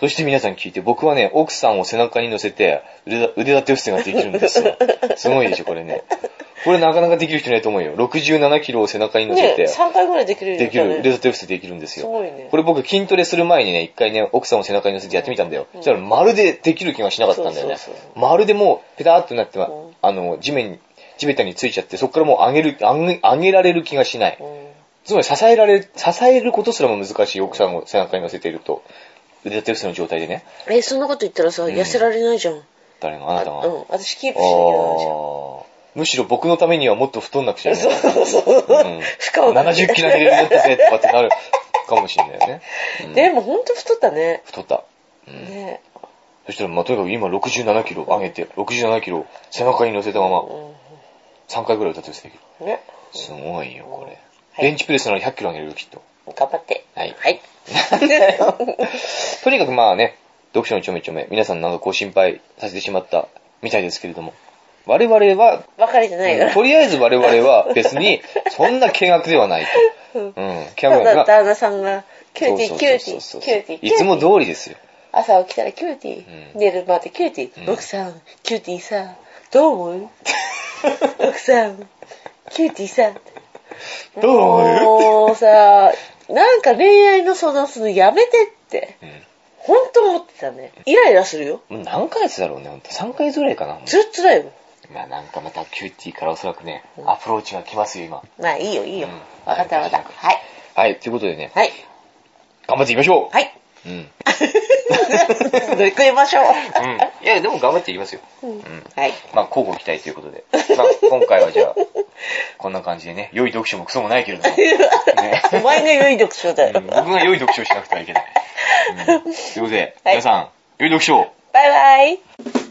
Speaker 1: そして皆さん聞いて、僕はね、奥さんを背中に乗せて、腕だ腕立て伏せができるんです よ。すごいでしょ、これね。これなかなかできる人いないと思うよ。67キロを背中に乗せ
Speaker 2: ね
Speaker 1: て、
Speaker 2: 3回ぐらいできるように
Speaker 1: で
Speaker 2: なっ
Speaker 1: きる
Speaker 2: た、
Speaker 1: 腕
Speaker 2: ね。
Speaker 1: 立て伏せできるんです
Speaker 2: す
Speaker 1: よ。
Speaker 2: ごいね。
Speaker 1: これ僕筋トレする前にね、一回ね、奥さんを背中に乗せてやってみたんだよ。そしたらまるでできる気がしなかったんだよね
Speaker 2: そうそう。
Speaker 1: まるでもう、ペターっとなっては
Speaker 2: うん、
Speaker 1: あの、地面に、地べたについちゃって、そこからもう上げる、上げ上げられる気がしない。
Speaker 2: うん
Speaker 1: つまり支えられ、支えることすらも難しい奥さんを背中に乗せていると、腕立て伏せの状態でね、
Speaker 2: え、そんなこと言ったらさ、
Speaker 1: ん
Speaker 2: 痩せられないじゃん。
Speaker 1: 誰が、あ
Speaker 2: あ
Speaker 1: なたが。
Speaker 2: うん、私キープしなきゃならないじゃん。
Speaker 1: あーむしろ僕のためにはもっと太んなくちゃいけ
Speaker 2: そ
Speaker 1: な
Speaker 2: う
Speaker 1: い。
Speaker 2: そうそう。
Speaker 1: うん
Speaker 2: 負荷をかけ
Speaker 1: 70キロ減れるよったぜとかってなるかもしれないよね。うん
Speaker 2: でもほんと太ったね。
Speaker 1: 太った。うん
Speaker 2: ね
Speaker 1: そしたら、まあ、とにかく今67キロ上げて、67キロ背中に乗せたまま、3回ぐらい歌ってできる。
Speaker 2: うん。ね。
Speaker 1: すごいよ、これ。
Speaker 2: い
Speaker 1: ベンチプレスなら100キロ上げれるよ、きっと。
Speaker 2: 頑張って。
Speaker 1: はい
Speaker 2: はい。
Speaker 1: とにかくまあね、読書のちょめちょめ、皆さんなんかご心配させてしまったみたいですけれども、我々は、
Speaker 2: 別れてないから。
Speaker 1: とりあえず我々は別 に、そんな険悪ではないと。うん、険悪では
Speaker 2: た
Speaker 1: な
Speaker 2: だ
Speaker 1: いまあ。
Speaker 2: 旦那さんが、キューティ
Speaker 1: そ
Speaker 2: ー、
Speaker 1: う
Speaker 2: キ
Speaker 1: そ
Speaker 2: ュ
Speaker 1: うそ
Speaker 2: ーティ
Speaker 1: うそう
Speaker 2: ー、キューティー。
Speaker 1: いつも
Speaker 2: キューティー
Speaker 1: 通りですよ。
Speaker 2: 朝起きたらキューティー、
Speaker 1: うん
Speaker 2: 寝るまでキューティー、
Speaker 1: うん
Speaker 2: 奥さんキューティーさどう思う奥さんキューティーさ
Speaker 1: どう思う
Speaker 2: もうさなんか恋愛の相談するのやめてって本当思ってたねイライラするよ
Speaker 1: うん。もう何ヶ月だろうね、ほんと。3ヶ月ぐらいかな。
Speaker 2: ずっとだよ
Speaker 1: まあなんかまたキューティーからおそらくね、アプローチが来ますよ、今。
Speaker 2: まあいいよいいよ、
Speaker 1: うん
Speaker 2: わかったわかったはい
Speaker 1: はい、ということでね、
Speaker 2: はい
Speaker 1: 頑張っていきましょう
Speaker 2: はい
Speaker 1: うん。
Speaker 2: 乗り越えましょう、
Speaker 1: うん。いや、でも頑張っていきますよ。
Speaker 2: うん
Speaker 1: うん
Speaker 2: はい
Speaker 1: まあ、交互期待ということで。まあ、今回はじゃあ、こんな感じでね、良い読書もクソもないけれども。ね
Speaker 2: お前が良い読書だよ、
Speaker 1: うん僕が良い読書をしなくてはいけない。うんということで、
Speaker 2: はい
Speaker 1: 皆さん、良い読書を
Speaker 2: バイバイ